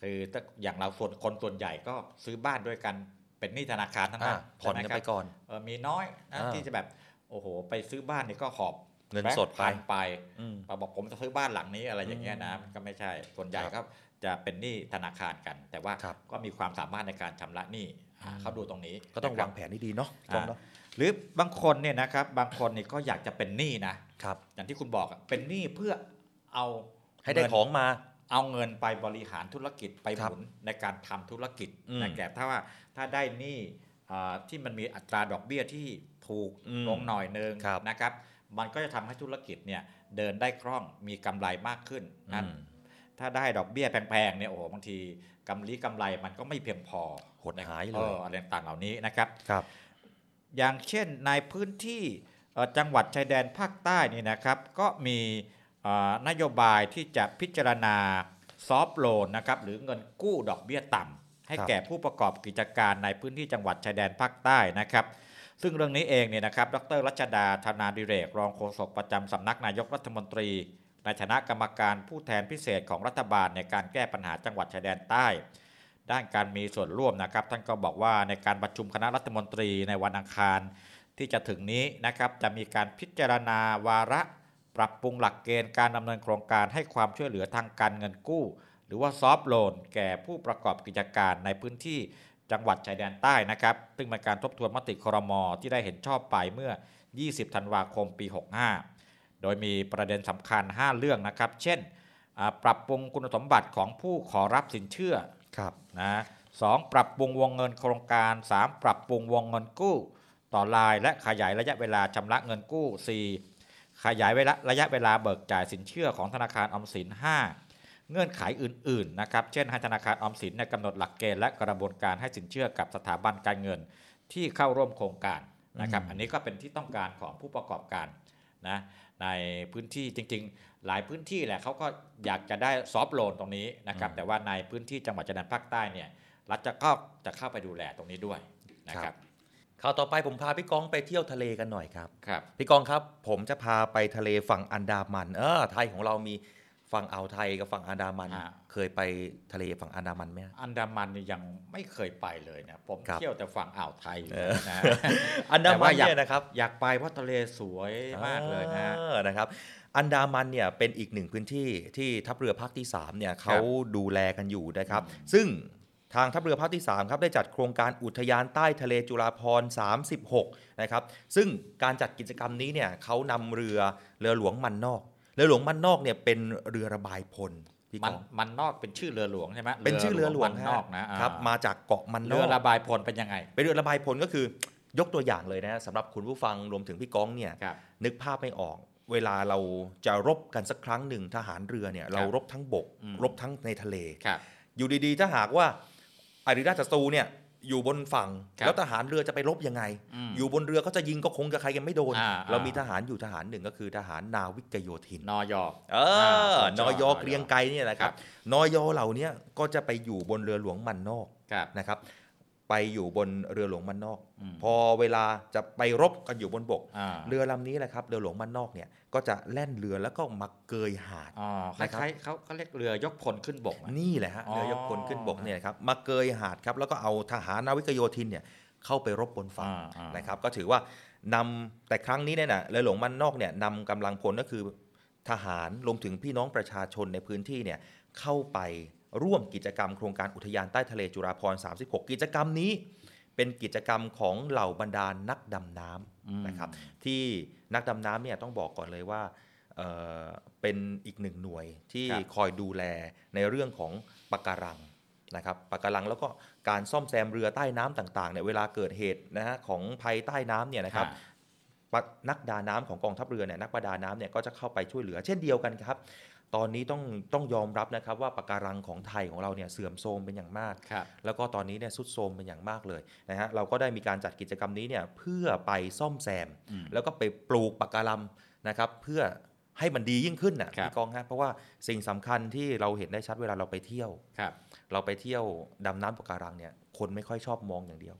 Speaker 1: คือถ้าอย่างเราส่วนคนส่วนใหญ่ก็ซื้อบ้านด้วยกันเป็นหนี้ธนาคารทั้งนั้น
Speaker 2: อ่าผ่อนกัน
Speaker 1: ใช่หมครับ
Speaker 2: ไปก่อน
Speaker 1: เออมีน้อยนะ
Speaker 2: อ่า
Speaker 1: ที่จะแบบโอ้โห ไปซื้อบ้านเนี่ยก็หอบ
Speaker 2: เงินสด
Speaker 1: แบค์พันไป
Speaker 2: อืม
Speaker 1: มาบอกผมจะซื้อบ้านหลังนี้อะไรอย่างเงี้ยนะมันก็ไม่ใช่ส่วนใหญ่ก็จะเป็นหนี้ธนาคารกัน แต่ว่าก็มีความสามารถในการชำระหนี้อ่า
Speaker 2: อืม
Speaker 1: เขาดูตรงนี้
Speaker 2: ก็ต้อง
Speaker 1: ะครับ
Speaker 2: วางแผนให้ดีเนาะ
Speaker 1: อ่า
Speaker 2: เนาะ
Speaker 1: หรือบางคนเนี่ยนะครับบางคนเนี่ยก็อยากจะเป็นหนี้นะอย่างที่คุณบอกอะเป็นหนี้เพื่อเอา
Speaker 2: ให้ได้
Speaker 1: เน
Speaker 2: ของมา
Speaker 1: เอาเงินไปบริหารธุรกิจไปห
Speaker 2: ครับ
Speaker 1: มุนในการทำธุรกิจ
Speaker 2: อืม
Speaker 1: นะแก่ถ้าว่าถ้าได้หนี้อ่าที่มันมีอัตราดอกเบี้ยที่ถูก
Speaker 2: อืม
Speaker 1: ลงหน่อยนึงนะครับ มันก็จะทำให้ธุรกิจเนี่ยเดินได้คล่องมีกำไรมากขึ้นนะ
Speaker 2: อืม
Speaker 1: ถ้าได้ดอกเบี้ยแพงๆเนี่ยโอ้โหบางทีกำไรกำไรมันก็ไม่เพียงพอหดหาย
Speaker 2: เลย
Speaker 1: อะไรต่างๆเหล่านี้นะครับ
Speaker 2: ครับ
Speaker 1: อย่างเช่นในพื้นที่เอ่อจังหวัดชายแดนภาคใต้นี่นะครับ ก็มีเอ่อนโยบายที่จะพิจารณาซอฟโลนนะครับหรือเงินกู้ดอกเบี้ยต่ำให้
Speaker 2: ครับ
Speaker 1: แก่ผู้ประกอบกิจการในพื้นที่จังหวัดชายแดนภาคใต้นะครับ ซึ่งเรื่องนี้เองเนี่ยนะครับ ดรรัชดาธนาดิเรก รองโฆษกประจำสำนักนายกรัฐมนตรี ในฐานะกรรมการผู้แทนพิเศษของรัฐบาลในการแก้ปัญหาจังหวัดชายแดนใต้ ด้านการมีส่วนร่วมนะครับ ท่านก็บอกว่าในการประชุมคณะรัฐมนตรีในวันอังคาร ที่จะถึงนี้นะครับ จะมีการพิจารณาวาระปรับปรุงหลักเกณฑ์การดำเนินโครงการให้ความช่วยเหลือทางการเงินกู้ หรือว่าซอฟโลนแก่ผู้ประกอบกิจการในพื้นที่จังหวัดชายแดนใต้นะครับ ซึ่งเป็นการทบทวนมติครมที่ได้เห็นชอบไปเมื่อ 20 ธันวาคมปี 65 โดยมีประเด็นสำคัญ 5 เรื่องนะครับ เช่นอ่าปรับปรุงคุณสมบัติของผู้ขอรับสินเชื่อ
Speaker 2: ครับ
Speaker 1: นะสองปรับปรุงวงเงินโครงการ 3 ปรับปรุงวงเงินกู้ ต่อราย และขยายระยะเวลาชำระเงินกู้ 4. ขยายเวลาระยะเวลาเบิกจ่ายสินเชื่อของธนาคารออมสิน 5. เงื่อนไขอื่นๆนะครับเช่นให้ธนาคารออมสินเนี่ยกำหนดหลักเกณฑ์และกระบวนการให้สินเชื่อกับสถาบันการเงินที่เข้าร่วมโครงการนะครับ
Speaker 2: อืม
Speaker 1: อันนี้ก็เป็นที่ต้องการของผู้ประกอบการนะในพื้นที่จริงๆ หลายพื้นที่แหละเขาก็อยากจะได้ซอฟโลนตรงนี้นะครับแต่ว่าในพื้นที่จังหวัดชายแดนภาคใต้เนี่ยรัฐจะก็จะเข้าไปดูแลตรงนี้ด้วยนะครับ
Speaker 2: ข่าวต่อไปผมพาพี่ก้องไปเที่ยวทะเลกันหน่อยครับ
Speaker 1: ครับ
Speaker 2: พี่กองครับ ผมจะพาไปทะเลฝั่งอันดามัน เออ ไทยของเรามีฝั่งอ่าวไทยกับฝั่งอันดามัน เคยไปทะเลฝั่งอันดามันไหมฮะ
Speaker 1: อันดามันเนี่ยยังไม่เคยไปเลยนะผม
Speaker 2: ครับ
Speaker 1: เที่ยวแต่ฝั่งอ่าวไทย
Speaker 2: เออ
Speaker 1: นะ
Speaker 2: อันดามัน
Speaker 1: แต่ว่ก
Speaker 2: เนี่ยนะครับ
Speaker 1: อยากไปเพราะทะเลสวยมากเลยนะ
Speaker 2: ออนะครับ อันดามันเนี่ยเป็นอีกหนึ่งพื้นที่ที่ทัพเรือภาคที่3เนี่ยเขาดูแลกันอยู่นะครับ ซึ่งทางทัพเรือภาคที่3ครับได้จัดโครงการอุทยานใต้ทะเลจุฬาพรณ์36 นะครับ ซึ่งการจัดกิจกรรมนี้เนี่ยเขานำเรือเรือหลวงมันนอก เรือหลวงมันนอกเนี่ยเป็นเรือระบายพลพี่
Speaker 1: มัน
Speaker 2: กอง
Speaker 1: มันนอกเป็นชื่อเรือหลวงใช่ไหม
Speaker 2: เป็นชื่อเรือหลวง
Speaker 1: มัน
Speaker 2: ฮ
Speaker 1: นอกนะอ่า
Speaker 2: ครับ มาจากเกาะมันนอก
Speaker 1: เรือระบายพลเป็นยังไง
Speaker 2: เป็นเรือระบายพลก็คือยกตัวอย่างเลยนะสำหรับคุณผู้ฟังรวมถึงพี่ก้องเนี่ยนึกภาพไม่ออก เวลาเราจะรบกันสักครั้งหนึ่งทหารเรือเนี่ยเรารบทั้งบก รบทั้งในทะเล อยู่ดีๆ ถ้าหากว่าอาริราชศัตรูเนี่ยอยู่บนฝั่ง
Speaker 1: ครับ
Speaker 2: แล้วทหารเรือจะไปรบยังไง
Speaker 1: อืม
Speaker 2: อยู่บนเรือก็จะยิงก็คงจะใครกันไม่โดน
Speaker 1: อ่า
Speaker 2: เรามีทหารอยู่ทหารหนึ่งก็คือทหารนาวิกโยธิน
Speaker 1: นอย
Speaker 2: เออ
Speaker 1: านน
Speaker 2: อ
Speaker 1: อย ย
Speaker 2: เกรียงไกรเนี่ยนะครับนอยเหล่าเนี้ยก็จะไปอยู่บนเรือหลวงมันนอกนะครับ ไปอยู่บนเรือหลวงมันนอก พอเวลาจะไปรบกันอยู่บนบก เรือลำนี้แหละครับเรือหลวงมันนอกเนี่ยก็จะแล่นเรือแล้วก็มาเกยหาด
Speaker 1: ค
Speaker 2: นะครับ
Speaker 1: ล้ายๆเขาเขาเรียกเรือยกพลขึ้นบกไหม
Speaker 2: นี่แหละฮะ
Speaker 1: อ๋อ
Speaker 2: เรือยกพลขึ้นบกเนี่ยนะครับมาเกยหาดครับแล้วก็เอาทหารนาวิกโยธินเนี่ยเข้าไปรบบนฝั่งนะครับก็ถือว่านำแต่ครั้งนี้เนี่ยนะเรือหลวงมันนอกเนี่ยนำกำลังพลก็คือทหารรวมถึงพี่น้องประชาชนในพื้นที่เนี่ยเข้าไปร่วมกิจกรรมโครงการอุทยานใต้ทะเลจุฬาพรณ์36 กิจกรรมนี้ เป็นกิจกรรมของเหล่าบรรดานนักดำน้ำนะครับที่นักดำน้ำเนี่ยต้องบอกก่อนเลยว่าเอ่อเป็นอีกหนึ่งหน่วยที่
Speaker 1: ครับ
Speaker 2: คอยดูแลในเรื่องของปะการังนะครับปะการังแล้วก็การซ่อมแซมเรือใต้น้ำต่างๆเนี่ยเวลาเกิดเหตุนะฮะของภัยใต้น้ำเนี่ยนะครับ ปะนักดาน้ำของกองทัพเรือเนี่ยนักประดาน้ำเนี่ยก็จะเข้าไปช่วยเหลือ เช่นเดียวกันครับ ตอนนี้ต้องต้องยอมรับนะครับว่าปะการังของไทยของเราเนี่ยเสื่อมโทรมเป็นอย่างมาก แล้วก็ตอนนี้เนี่ยสุดโทรมเป็นอย่างมากเลยนะฮะเราก็ได้มีการจัดกิจกรรมนี้เนี่ยเพื่อไปซ่อมแซม
Speaker 1: อืม
Speaker 2: แล้วก็ไปปลูกปะการังนะครับเพื่อให้มันดียิ่งขึ้นนะพี่กองฮะเพราะว่าสิ่งสำคัญที่เราเห็นได้ชัดเวลาเราไปเที่ยวเราไปเที่ยวดำน้ำปะการังเนี่ยคนไม่ค่อยชอบมองอย่างเดียว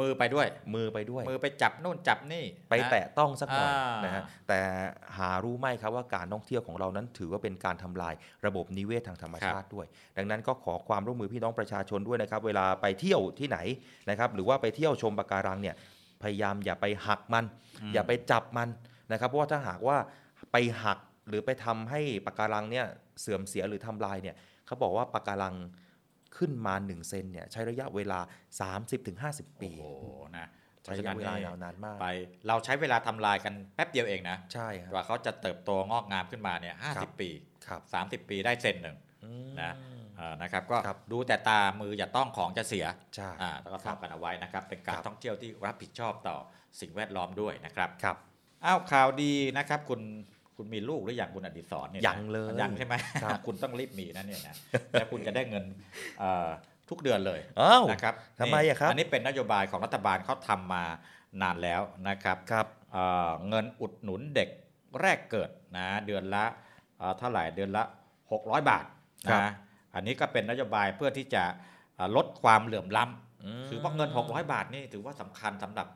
Speaker 1: มือไปด้วย
Speaker 2: มือไปด้วย
Speaker 1: มือไปจับนู่นจับนี่
Speaker 2: ไป
Speaker 1: น
Speaker 2: แตะต้องสักหน่อย
Speaker 1: อ่าน
Speaker 2: นะฮะแต่หารู้ไหมครับว่าการท่องเที่ยวของเรานั้นถือว่าเป็นการทำลายระบบนิเวศทางธรรมชาติด้วย ดังนั้นก็ขอความร่วมมือพี่น้องประชาชนด้วยนะครับ เวลาไปเที่ยวที่ไหนนะครับ หรือว่าไปเที่ยวชมปะการังเนี่ยพยายามอย่าไปหักมัน
Speaker 1: อืม
Speaker 2: อย่าไปจับมันนะครับ เพราะว่าถ้าหากว่าไปหักหรือไปทำให้ปะการังเนี่ยเสื่อมเสียหรือทำลายเนี่ยเขาบอกว่าปะการังขึ้นมา1เซนเนี่ยใช้ระยะเวลา 30-50 ปี
Speaker 1: นะ
Speaker 2: ใช้ระยะเวลายาวนานมาก
Speaker 1: ไปเราใช้เวลาทำลายกันแป๊บเดียวเองนะ
Speaker 2: ใช่
Speaker 1: กว่าเขาจะเติบโตงอกงามขึ้นมาเนี่ยห้าสิบปีสามสิบปีได้เซนหนึ่งนะเอ่อนะครับก็ดูแต่ตามืออย่าต้องของจะเสียอ่าแล้วก็ทำกันเอาไว้นะครับ เป็นการท่องเที่ยวที่รับผิดชอบต่อสิ่งแวดล้อมด้วยนะครับ
Speaker 2: ครับ
Speaker 1: อ้าวข่าวดีนะครับคุณคุณมีลูกหรือยังคุณอดิศรเนี่ยนะ
Speaker 2: ยังเลย
Speaker 1: ยังใช่ไหม
Speaker 2: ครับ
Speaker 1: คุณต้องรีบมีนะเนี่ยนะแล้วคุณจะได้เงินเอ่อทุกเดือนเลย
Speaker 2: อ้าว
Speaker 1: นะครับ
Speaker 2: ทำไมอะครับ
Speaker 1: นี่อันนี้เป็นนโยบายของรัฐบาลเขาทำมานานแล้วนะครับ
Speaker 2: ครับ
Speaker 1: เงินอุดหนุนเด็กแรกเกิดนะเดือนละเอ่อเท่าไหร่เดือนละ 600 บาท
Speaker 2: ครับ
Speaker 1: นะอันนี้ก็เป็นนโยบายเพื่อที่จะเอ่อลดความเหลื่อมล้ำคือเพราะเงิน 600 บาทนี่ถือว่าสำคัญสำหรับ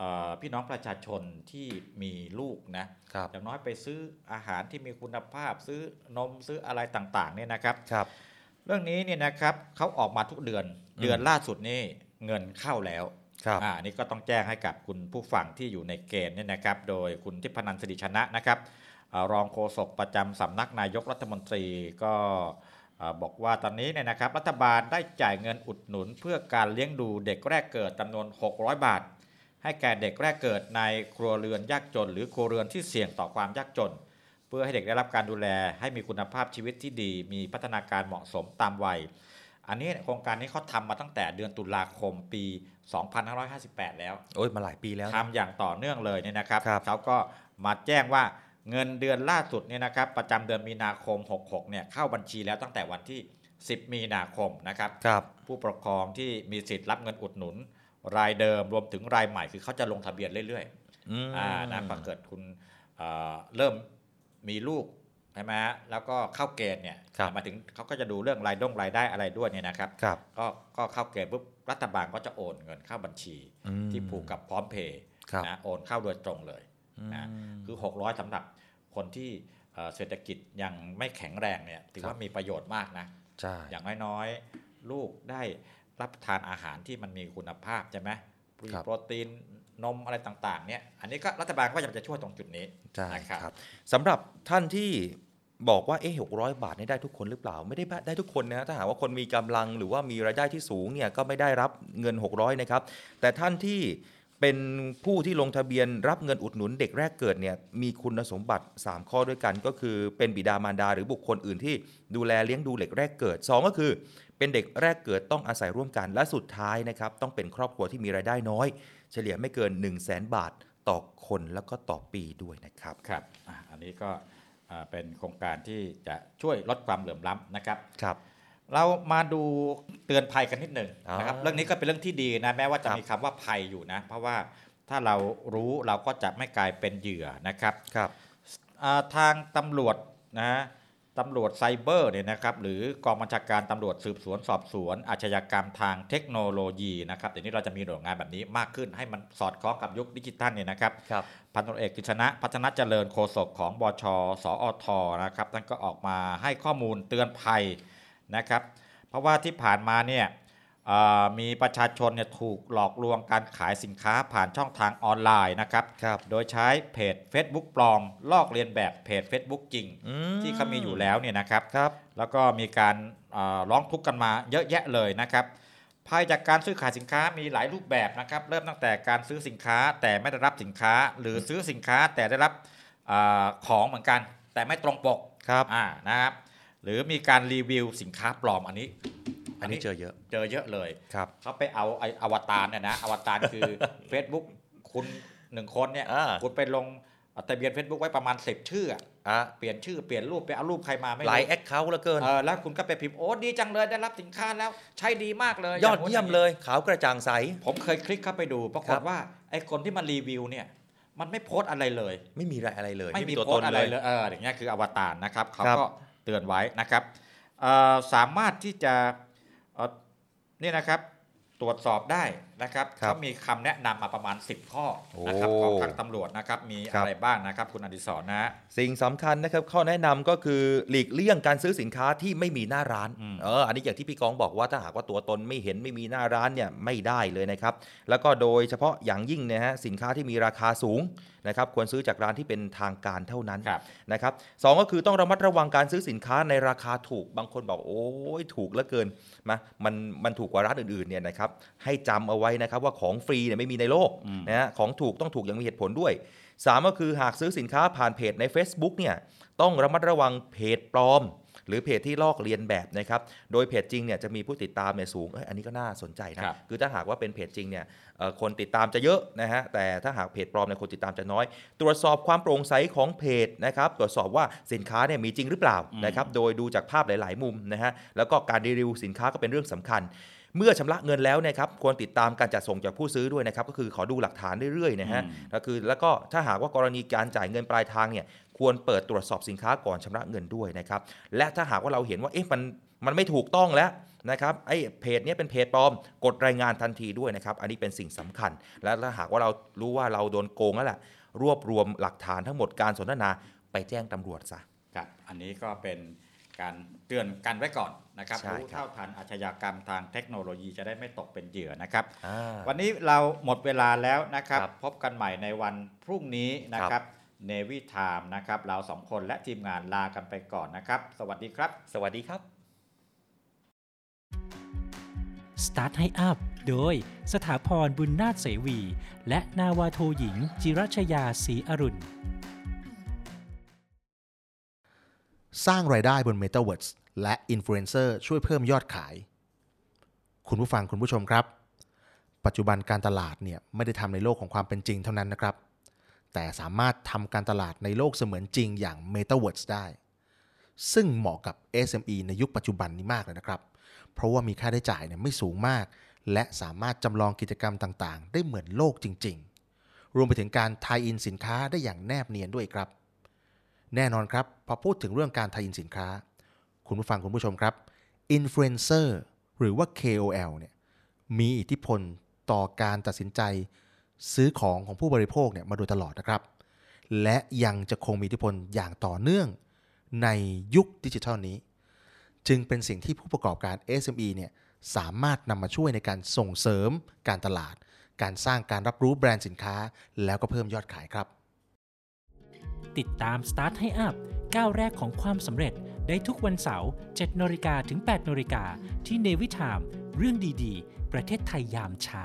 Speaker 1: เอ่อพี่น้องประชาชนที่มีลูกนะอย่างน้อยไปซื้ออาหารที่มีคุณภาพซื้อนมซื้ออะไรต่างๆเนี่ยนะครับ เรื่องนี้เนี่ยนะครับเขาออกมาทุกเดือน
Speaker 2: อืม
Speaker 1: เดือนล่าสุดนี่เงินเข้าแล้ว
Speaker 2: ครับ
Speaker 1: อ่าอันนี่ก็ต้องแจ้งให้กับคุณผู้ฟังที่อยู่ในเกณฑ์เนี่ยนะครับ โดยคุณทิพนันสิริชนะนะครับเอ่อรองโฆษกประจำสำนักนายกรัฐมนตรีก็เอ่อบอกว่าตอนนี้เนี่ยนะครับ รัฐบาลได้จ่ายเงินอุดหนุน เพื่อการเลี้ยงดูเด็กแรกเกิดจำนวน 600 บาท ให้แก่เด็กแรกเกิดในครัวเรือนยากจน หรือครัวเรือนที่เสี่ยงต่อความยากจน เพื่อให้เด็กได้รับการดูแลให้มีคุณภาพชีวิตที่ดี มีพัฒนาการเหมาะสมตามวัย อันนี้โครงการนี้เขาทำมาตั้งแต่เดือนตุลาคมปี 2558 แล้ว
Speaker 2: โอ้ยมาหลายปีแล้วนะ
Speaker 1: ทำอย่างต่อเนื่องเลยเนี่ยนะครับเขาก็มาแจ้งว่าเงินเดือนล่าสุดเนี่ยนะครับประจำเดือนมีนาคม 66 เนี่ยเข้าบัญชีแล้วตั้งแต่วันที่ 10 มีนาคมนะครับ
Speaker 2: ครับ
Speaker 1: ผู้ปกครองที่มีสิทธิ์รับเงินอุดหนุน รายเดิมรวมถึงรายใหม่คือเขาจะลงทะเบียนเรื่อย
Speaker 2: อืม
Speaker 1: ๆอ่านะพอเกิดคุณเอ่อเริ่มมีลูกใช่ไหมฮะแล้วก็เข้าเกณฑ์เนี่ยมาถึงเขาก็จะดูเรื่องรายด้งรายได้อะไรด้วยเนี่ยนะครับ
Speaker 2: ครับ
Speaker 1: ก็ก็เข้าเกณฑ์ปุ๊บรัฐบาลก็จะโอนเงินเข้าบัญชี
Speaker 2: อืม
Speaker 1: ที่ผูกกับพร้อมเพย์
Speaker 2: ครับ
Speaker 1: นะโอนเข้าโดยตรงเลยนะคือ 600สำหรับคนที่เอ่อเศรษฐกิจยังไม่แข็งแรงเนี่ยถือว่ามีประโยชน์มากนะ
Speaker 2: ใช่
Speaker 1: อย่างน้อยๆ ลูกได้รับทานอาหารที่มันมีคุณภาพใช่ไหมมี
Speaker 2: ครับ
Speaker 1: โปรตีนนมอะไรต่างๆเนี่ยอันนี้ก็รัฐบาลก็ยังจะช่วยตรงจุดนี้
Speaker 2: ใช่ครับสำหรับท่านที่บอกว่าเอ๊ะหกร้อยบาทเนี่ยได้ทุกคนหรือเปล่า ไม่ได้ได้ทุกคนนะถ้าหากว่าคนมีกำลังหรือว่ามีรายได้ที่สูงเนี่ยก็ไม่ได้รับเงิน 600นะครับแต่ท่านที่เป็นผู้ที่ลงทะเบียนรับเงินอุดหนุนเด็กแรกเกิดเนี่ยมีคุณสมบัติ 3 ข้อด้วยกัน ก็คือเป็นบิดามารดาหรือบุคคลอื่นที่ดูแลเลี้ยงดูเด็กแรกเกิดสองก็คือ เป็นเด็กแรกเกิดต้องอาศัยร่วมกันและสุดท้ายนะครับต้องเป็นครอบครัวที่มีรายได้น้อย เฉลี่ยไม่เกิน 1 0 0 0 0แบาทต่อคนแล้วก็ต่อปีด้วยนะครับ
Speaker 1: ครับอ่ะอันนี้ก็อ่าเป็นโครงการที่จะช่วยลดความเหลื่อมล้ำนะครับ
Speaker 2: ครับ
Speaker 1: เรามาดูเตือนภัยกันนิดหนึ่งนะครับ
Speaker 2: อ่า
Speaker 1: เรื่องนี้ก็เป็นเรื่องที่ดีนะแม้ว่าจะมีคำว่าภัยอยู่นะ เพราะว่าถ้าเรารู้เราก็จะไม่กลายเป็นเหยื่อนะครับ
Speaker 2: ครับ
Speaker 1: ทางตำรวจนะตำรวจไซเบอร์เนี่ยนะครับหรือกองบัญชาการตำรวจสืบสวนสอบสวน อาชญากรรมทางเทคโนโลยีนะครับเดี๋ยวนี้เราจะมีหน่วยงานแบบนี้มากขึ้นให้มันสอดคล้องกับยุคดิจิทัลเนี่ยนะครับ
Speaker 2: ครับ
Speaker 1: พันตำรวจเอกกฤษณะพัฒนาเจริญโฆษกของบช สอทนะครับท่านก็ออกมาให้ข้อมูลเตือนภัยนะครับ เพราะว่าที่ผ่านมาเนี่ยเอ่อมีประชาชนเนี่ยถูกหลอกลวงการขายสินค้าผ่านช่องทางออนไลน์นะครับ โดยใช้เพจ Facebook ปลอม ลอกเลียนแบบเพจ Facebook จริง ที่เขามีอยู่แล้วเนี่ยนะครับ แล้วก็มีการเอ่อร้องทุกข์กันมาเยอะแยะเลยนะครับ ภายจากการซื้อขายสินค้ามีหลายรูปแบบนะครับ เริ่มตั้งแต่การซื้อสินค้าแต่ไม่ได้รับสินค้า หรือซื้อสินค้าแต่ได้รับอาของเหมือนกัน แต่ไม่ตรงปก
Speaker 2: ครับ
Speaker 1: อ่านะครับ หรือมีการรีวิวสินค้าปลอมอันนี้
Speaker 2: อันนี้เจอเยอะ
Speaker 1: เจอเยอะเลย
Speaker 2: ครับ
Speaker 1: เขาไปเอาไออวตารเนี่ยนะอวตารคือ Facebook คุณหนึ่งคนเนี่ยคุณไปลงทะเบียน Facebook ไว้ประมาณ10ชื่ออะเปลี่ยนชื่อเปลี่ยนรูปไปเอารูปใครมาไม่รู้
Speaker 2: หลายแอคเคาท์เหลือเกิน
Speaker 1: เออแล้วคุณก็ไปพิมพ์โอ้ดีจังเลยได้รับสินค้าแล้วใช้ดีมากเลย
Speaker 2: ยอดเยี่ยมเลยขาวกระจ่างใส
Speaker 1: ผมเคยคลิกเข้าไปดูปรากฏว่าไอ้คนที่มารีวิวเนี่ย มันไม่โพสต์อะไรเลย
Speaker 2: ไม่มีอะไรเลย
Speaker 1: ไม่มี
Speaker 2: ตัว
Speaker 1: โพ
Speaker 2: ตน
Speaker 1: สต์อะไร
Speaker 2: เลย
Speaker 1: เลยเอออย่างเงี้ยคืออวตารนะครับเขา
Speaker 2: ครับ
Speaker 1: ก็เตือนไว้นะครับเอ่อสามารถที่จะเอ่อนี่นะครับตรวจสอบได้นะครับ
Speaker 2: ครับ
Speaker 1: เขามีคำแนะนำมาประมาณ 10 ข้อนะครับ
Speaker 2: โอ้
Speaker 1: ของทางตำรวจนะครับมี
Speaker 2: ครับ
Speaker 1: อะไรบ้างนะครับคุณอดิศรนะฮะ
Speaker 2: สิ่งสำคัญนะครับข้อแนะนำก็คือหลีกเลี่ยงการซื้อสินค้าที่ไม่มีหน้าร้านเอออันนี้อย่างที่พี่กองบอกว่าถ้าหากว่าตัวตนไม่เห็นไม่มีหน้าร้านเนี่ยไม่ได้เลยนะครับ แล้วก็โดยเฉพาะอย่างยิ่งนะฮะสินค้าที่มีราคาสูงนะครับควรซื้อจากร้านที่เป็นทางการเท่านั้นนะครับสองก็คือต้องระมัดระวังการซื้อสินค้าในราคาถูกบางคนบอกโอ้ยถูกเหลือเกินมามันมันถูกกว่าร้านอื่นๆเนี่ยนะครับให้จำเอาไว้นะครับว่าของฟรีเนี่ยไม่มีในโลกนะฮะของถูกต้องถูกอย่างมีเหตุผลด้วย สามก็คือหากซื้อสินค้าผ่านเพจใน Facebook เนี่ยต้องระมัดระวังเพจปลอม หรือเพจที่ลอกเลียนแบบนะครับ โดยเพจจริงเนี่ยจะมีผู้ติดตามเนี่ยสูงเอ้ยอันนี้ก็น่าสนใจนะ คือถ้าหากว่าเป็นเพจจริงเนี่ยเอ่อคนติดตามจะเยอะนะฮะแต่ถ้าหากเพจปลอมเนี่ยคนติดตามจะน้อย ตรวจสอบความโปร่งใสของเพจนะครับตรวจสอบว่าสินค้าเนี่ยมีจริงหรือเปล่านะครับโดยดูจากภาพหลาย ๆ มุมนะฮะแล้วก็การรีวิวสินค้าก็เป็นเรื่องสำคัญ เมื่อชำระเงินแล้วนะครับควรติดตามการจัดส่งจากผู้ซื้อด้วยนะครับก็คือขอดูหลักฐานเรื่อยๆนะฮะแล้วคือแล้วก็ถ้าหากว่ากรณีการจ่ายเงินปลายทางเนี่ยควรเปิดตรวจสอบสินค้าก่อนชำระเงินด้วยนะครับและถ้าหากว่าเราเห็นว่าเอ๊ะมันมันไม่ถูกต้องแล้วนะครับไอ้เพจเนี้ยเป็นเพจปลอมกดรายงานทันทีด้วยนะครับอันนี้เป็นสิ่งสำคัญ และถ้าหากว่าเรารู้ว่าเราโดนโกงแล้วแหละรวบรวมหลักฐานทั้งหมดการสนทนาไปแจ้งตำรวจซะ
Speaker 1: ครับอันนี้ก็เป็นการเตือนกันไว้ก่อนนะครับ
Speaker 2: ใช่ครับ
Speaker 1: รู้เท่าทันอาชญากรรมทางเทคโนโลยีจะได้ไม่ตกเป็นเหยื่อนะครับ วันนี้เราหมดเวลาแล้วนะครับ พบกันใหม่ในวันพรุ่งนี้นะครับเนวิทามนะครับ เราสองคนและทีมงานลากันไปก่อนนะครับ สวัสดีครับ
Speaker 2: สวัสดีครับ
Speaker 10: Start ให้อัพโดยสถาพรบุญนาถเสวี และนาวาโทหญิง จิรัชยาศรีอรุณ
Speaker 11: สร้างรายได้บน Metaverse และ Influencer ช่วยเพิ่มยอดขาย คุณผู้ฟังคุณผู้ชมครับ ปัจจุบันการตลาดเนี่ยไม่ได้ทำในโลกของความเป็นจริงเท่านั้นนะครับ แต่สามารถทำการตลาดในโลกเสมือนจริงอย่าง Metaverse ได้ ซึ่งเหมาะกับ SME ในยุคปัจจุบันนี้มากเลยนะครับ เพราะว่ามีค่าใช้จ่ายเนี่ยไม่สูงมาก และสามารถจำลองกิจกรรมต่างๆ ได้เหมือนโลกจริง ๆ รวมไปถึงการทายอินสินค้าได้อย่างแนบเนียนด้วยครับ แน่นอนครับพอพูดถึงเรื่องการทายอินสินค้า คุณผู้ฟังคุณผู้ชมครับอินฟลูเอนเซอร์หรือว่า KOL เนี่ยมีอิทธิพลต่อการตัดสินใจซื้อของของผู้บริโภคเนี่ยมาโดยตลอดนะครับ และยังจะคงมีอิทธิพลอย่างต่อเนื่องในยุคดิจิทัลนี้ จึงเป็นสิ่งที่ผู้ประกอบการ SME เนี่ยสามารถนำมาช่วยในการส่งเสริมการตลาด การสร้างการรับรู้แบรนด์สินค้า แล้วก็เพิ่มยอดขายครับ
Speaker 10: ติดตาม Start ให้อัพก้าวแรกของความสำเร็จได้ทุกวันเสาร์7นาฬิกาถึง8นาฬิกาที่เนวิทามเรื่องดีๆ ประเทศไทยยามเช้า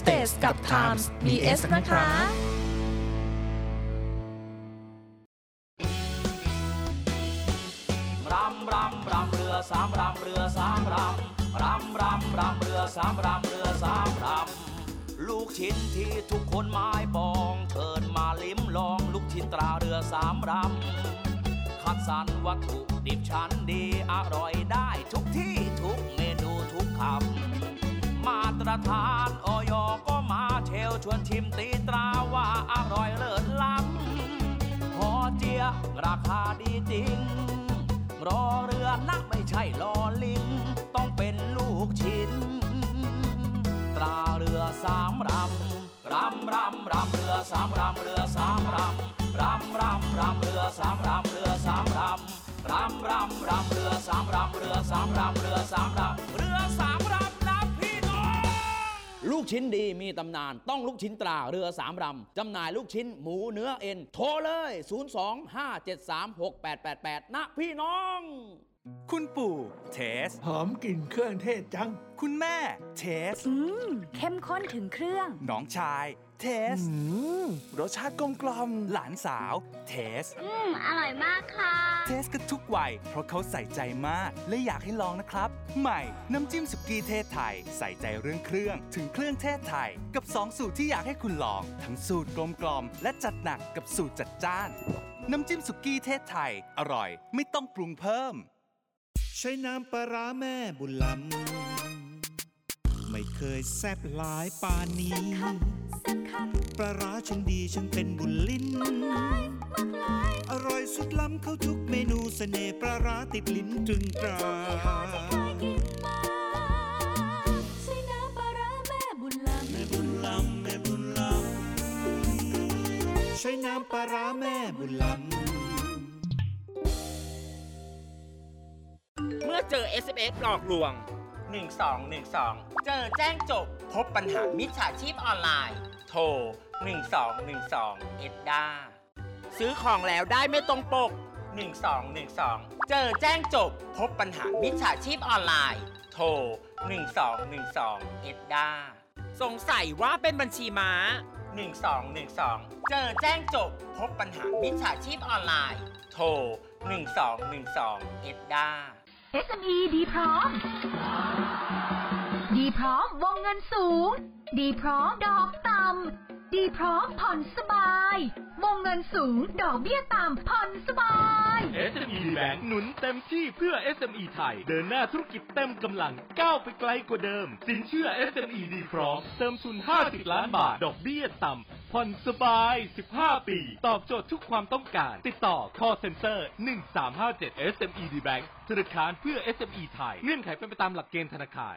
Speaker 12: Stage กับ Times มี S นะคะ
Speaker 14: รำรำรำเรือสามรำเรือสามรำรำรำรำเรือสามรำเรือสามรำลูกชิ้นที่ทุกคนหมายปองเชิญมาลิ้มลองลูกชิ้นตราเรือสามรำคัดสรรวัตถุดิบชั้นดีอร่อยได้ทุกที่ทุกเมนูทุกคำมาตรฐานออยก็มาเชลชวนชิมตีตราว่าอร่อยเลิศล้ำหอเจียราคาดีจริง รอเรือนะไม่ใช่ลอลิง ต้องเป็นลูกชิ้น ตราเรือสามรำรำรำรำเรือสามรำเรือสามรำรำรำรำเรือสามรำเรือสามรำรำรำรำเรือสามรำเรือสามรำเรือสามรำเรือสามรำนะพี่น้อง ลูกชิ้นดีมีตำนานต้องลูกชิ้นตราเรือสามรำจำหน่ายลูกชิ้นหมูเนื้อเอ็น โทรเลย 025736888 นะพี่น้อง
Speaker 15: คุณปู่เทส หอมกลิ่นเครื่องเทศจัง คุณแม่เทส
Speaker 8: เข้มข้นถึงเครื่อง
Speaker 15: น้องชายเทส รสชาติกลมกลอมหลานสาวเทส
Speaker 8: อืม อร่อยมากค่ะ
Speaker 15: เทสกันทุกวัย เพราะเขาใส่ใจมาก และอยากให้ลองนะครับ ใหม่ น้ำจิ้มสุกี้เทศไทย ใส่ใจเรื่องเครื่อง ถึงเครื่องเทศไทย กับ 2 สูตรที่อยากให้คุณลอง ทั้งสูตรกลมกลอมและจัดหนักกับสูตรจัดจ้าน น้ำจิ้มสุกี้เทศไทย อร่อย ไม่ต้องปรุงเพิ่ม
Speaker 16: ใช้น้ำปลาร้าแม่บุญลำไม่เคยแซบหลายปานนี้ปลาร้าฉันดีฉันเป็นบุญลิ้น อร่อยสุดล้ำเข้าทุกเมนูเสน่ห์ปลาร้าติดลิ้นตรึงตรา
Speaker 8: ใส่น้ำปลาร้าแม่บุญล้ำ
Speaker 16: ใช้น้ำปลาร้าแม่บุญล
Speaker 17: เมื่อเจอ SMS หลอกลวง 1212 เจอแจ้งจบ พบปัญหามิจฉาชีพออนไลน์ โทร 1212 เอ็ดด้าซื้อของแล้วได้ไม่ตรงปก 1212 เจอแจ้งจบ พบปัญหามิจฉาชีพออนไลน์ โทร 1212 เอ็ดด้าสงสัยว่าเป็นบัญชีม้า 1212 เจอแจ้งจบ พบปัญหามิจฉาชีพออนไลน์ โทร 1212 เอ็ดด้า
Speaker 8: SME ดีพร้อม ดีพร้อมวงเงินสูง ดีพร้อมดอกต่ำ ดีพร้อมผ่อนสบาย วงเงินสูงดอกเบี้ยต่ำผ่อนสบาย
Speaker 9: SME Bank หนุนเต็มที่เพื่อ SME ไทย เดินหน้าธุรกิจเต็มกำลังก้าวไปไกลกว่าเดิม สินเชื่อ SME ดีพร้อมเติมทุน 50 ล้านบาท ดอกเบี้ยต่ำผ่อนสบาย 15 ปี ตอบโจทย์ทุกความต้องการ ติดต่อ call center 1357 SME D Bank ธนาคารเพื่อ SME ไทย เงื่อนไขเป็นไปตามหลักเกณฑ์ธนาคาร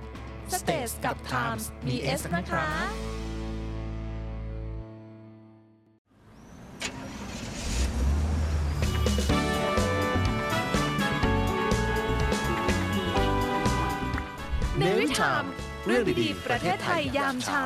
Speaker 12: States กับ Times มี S นะคะ
Speaker 11: เนวิชาม
Speaker 12: เรื่องดีๆ ประเทศไทยยามเช้า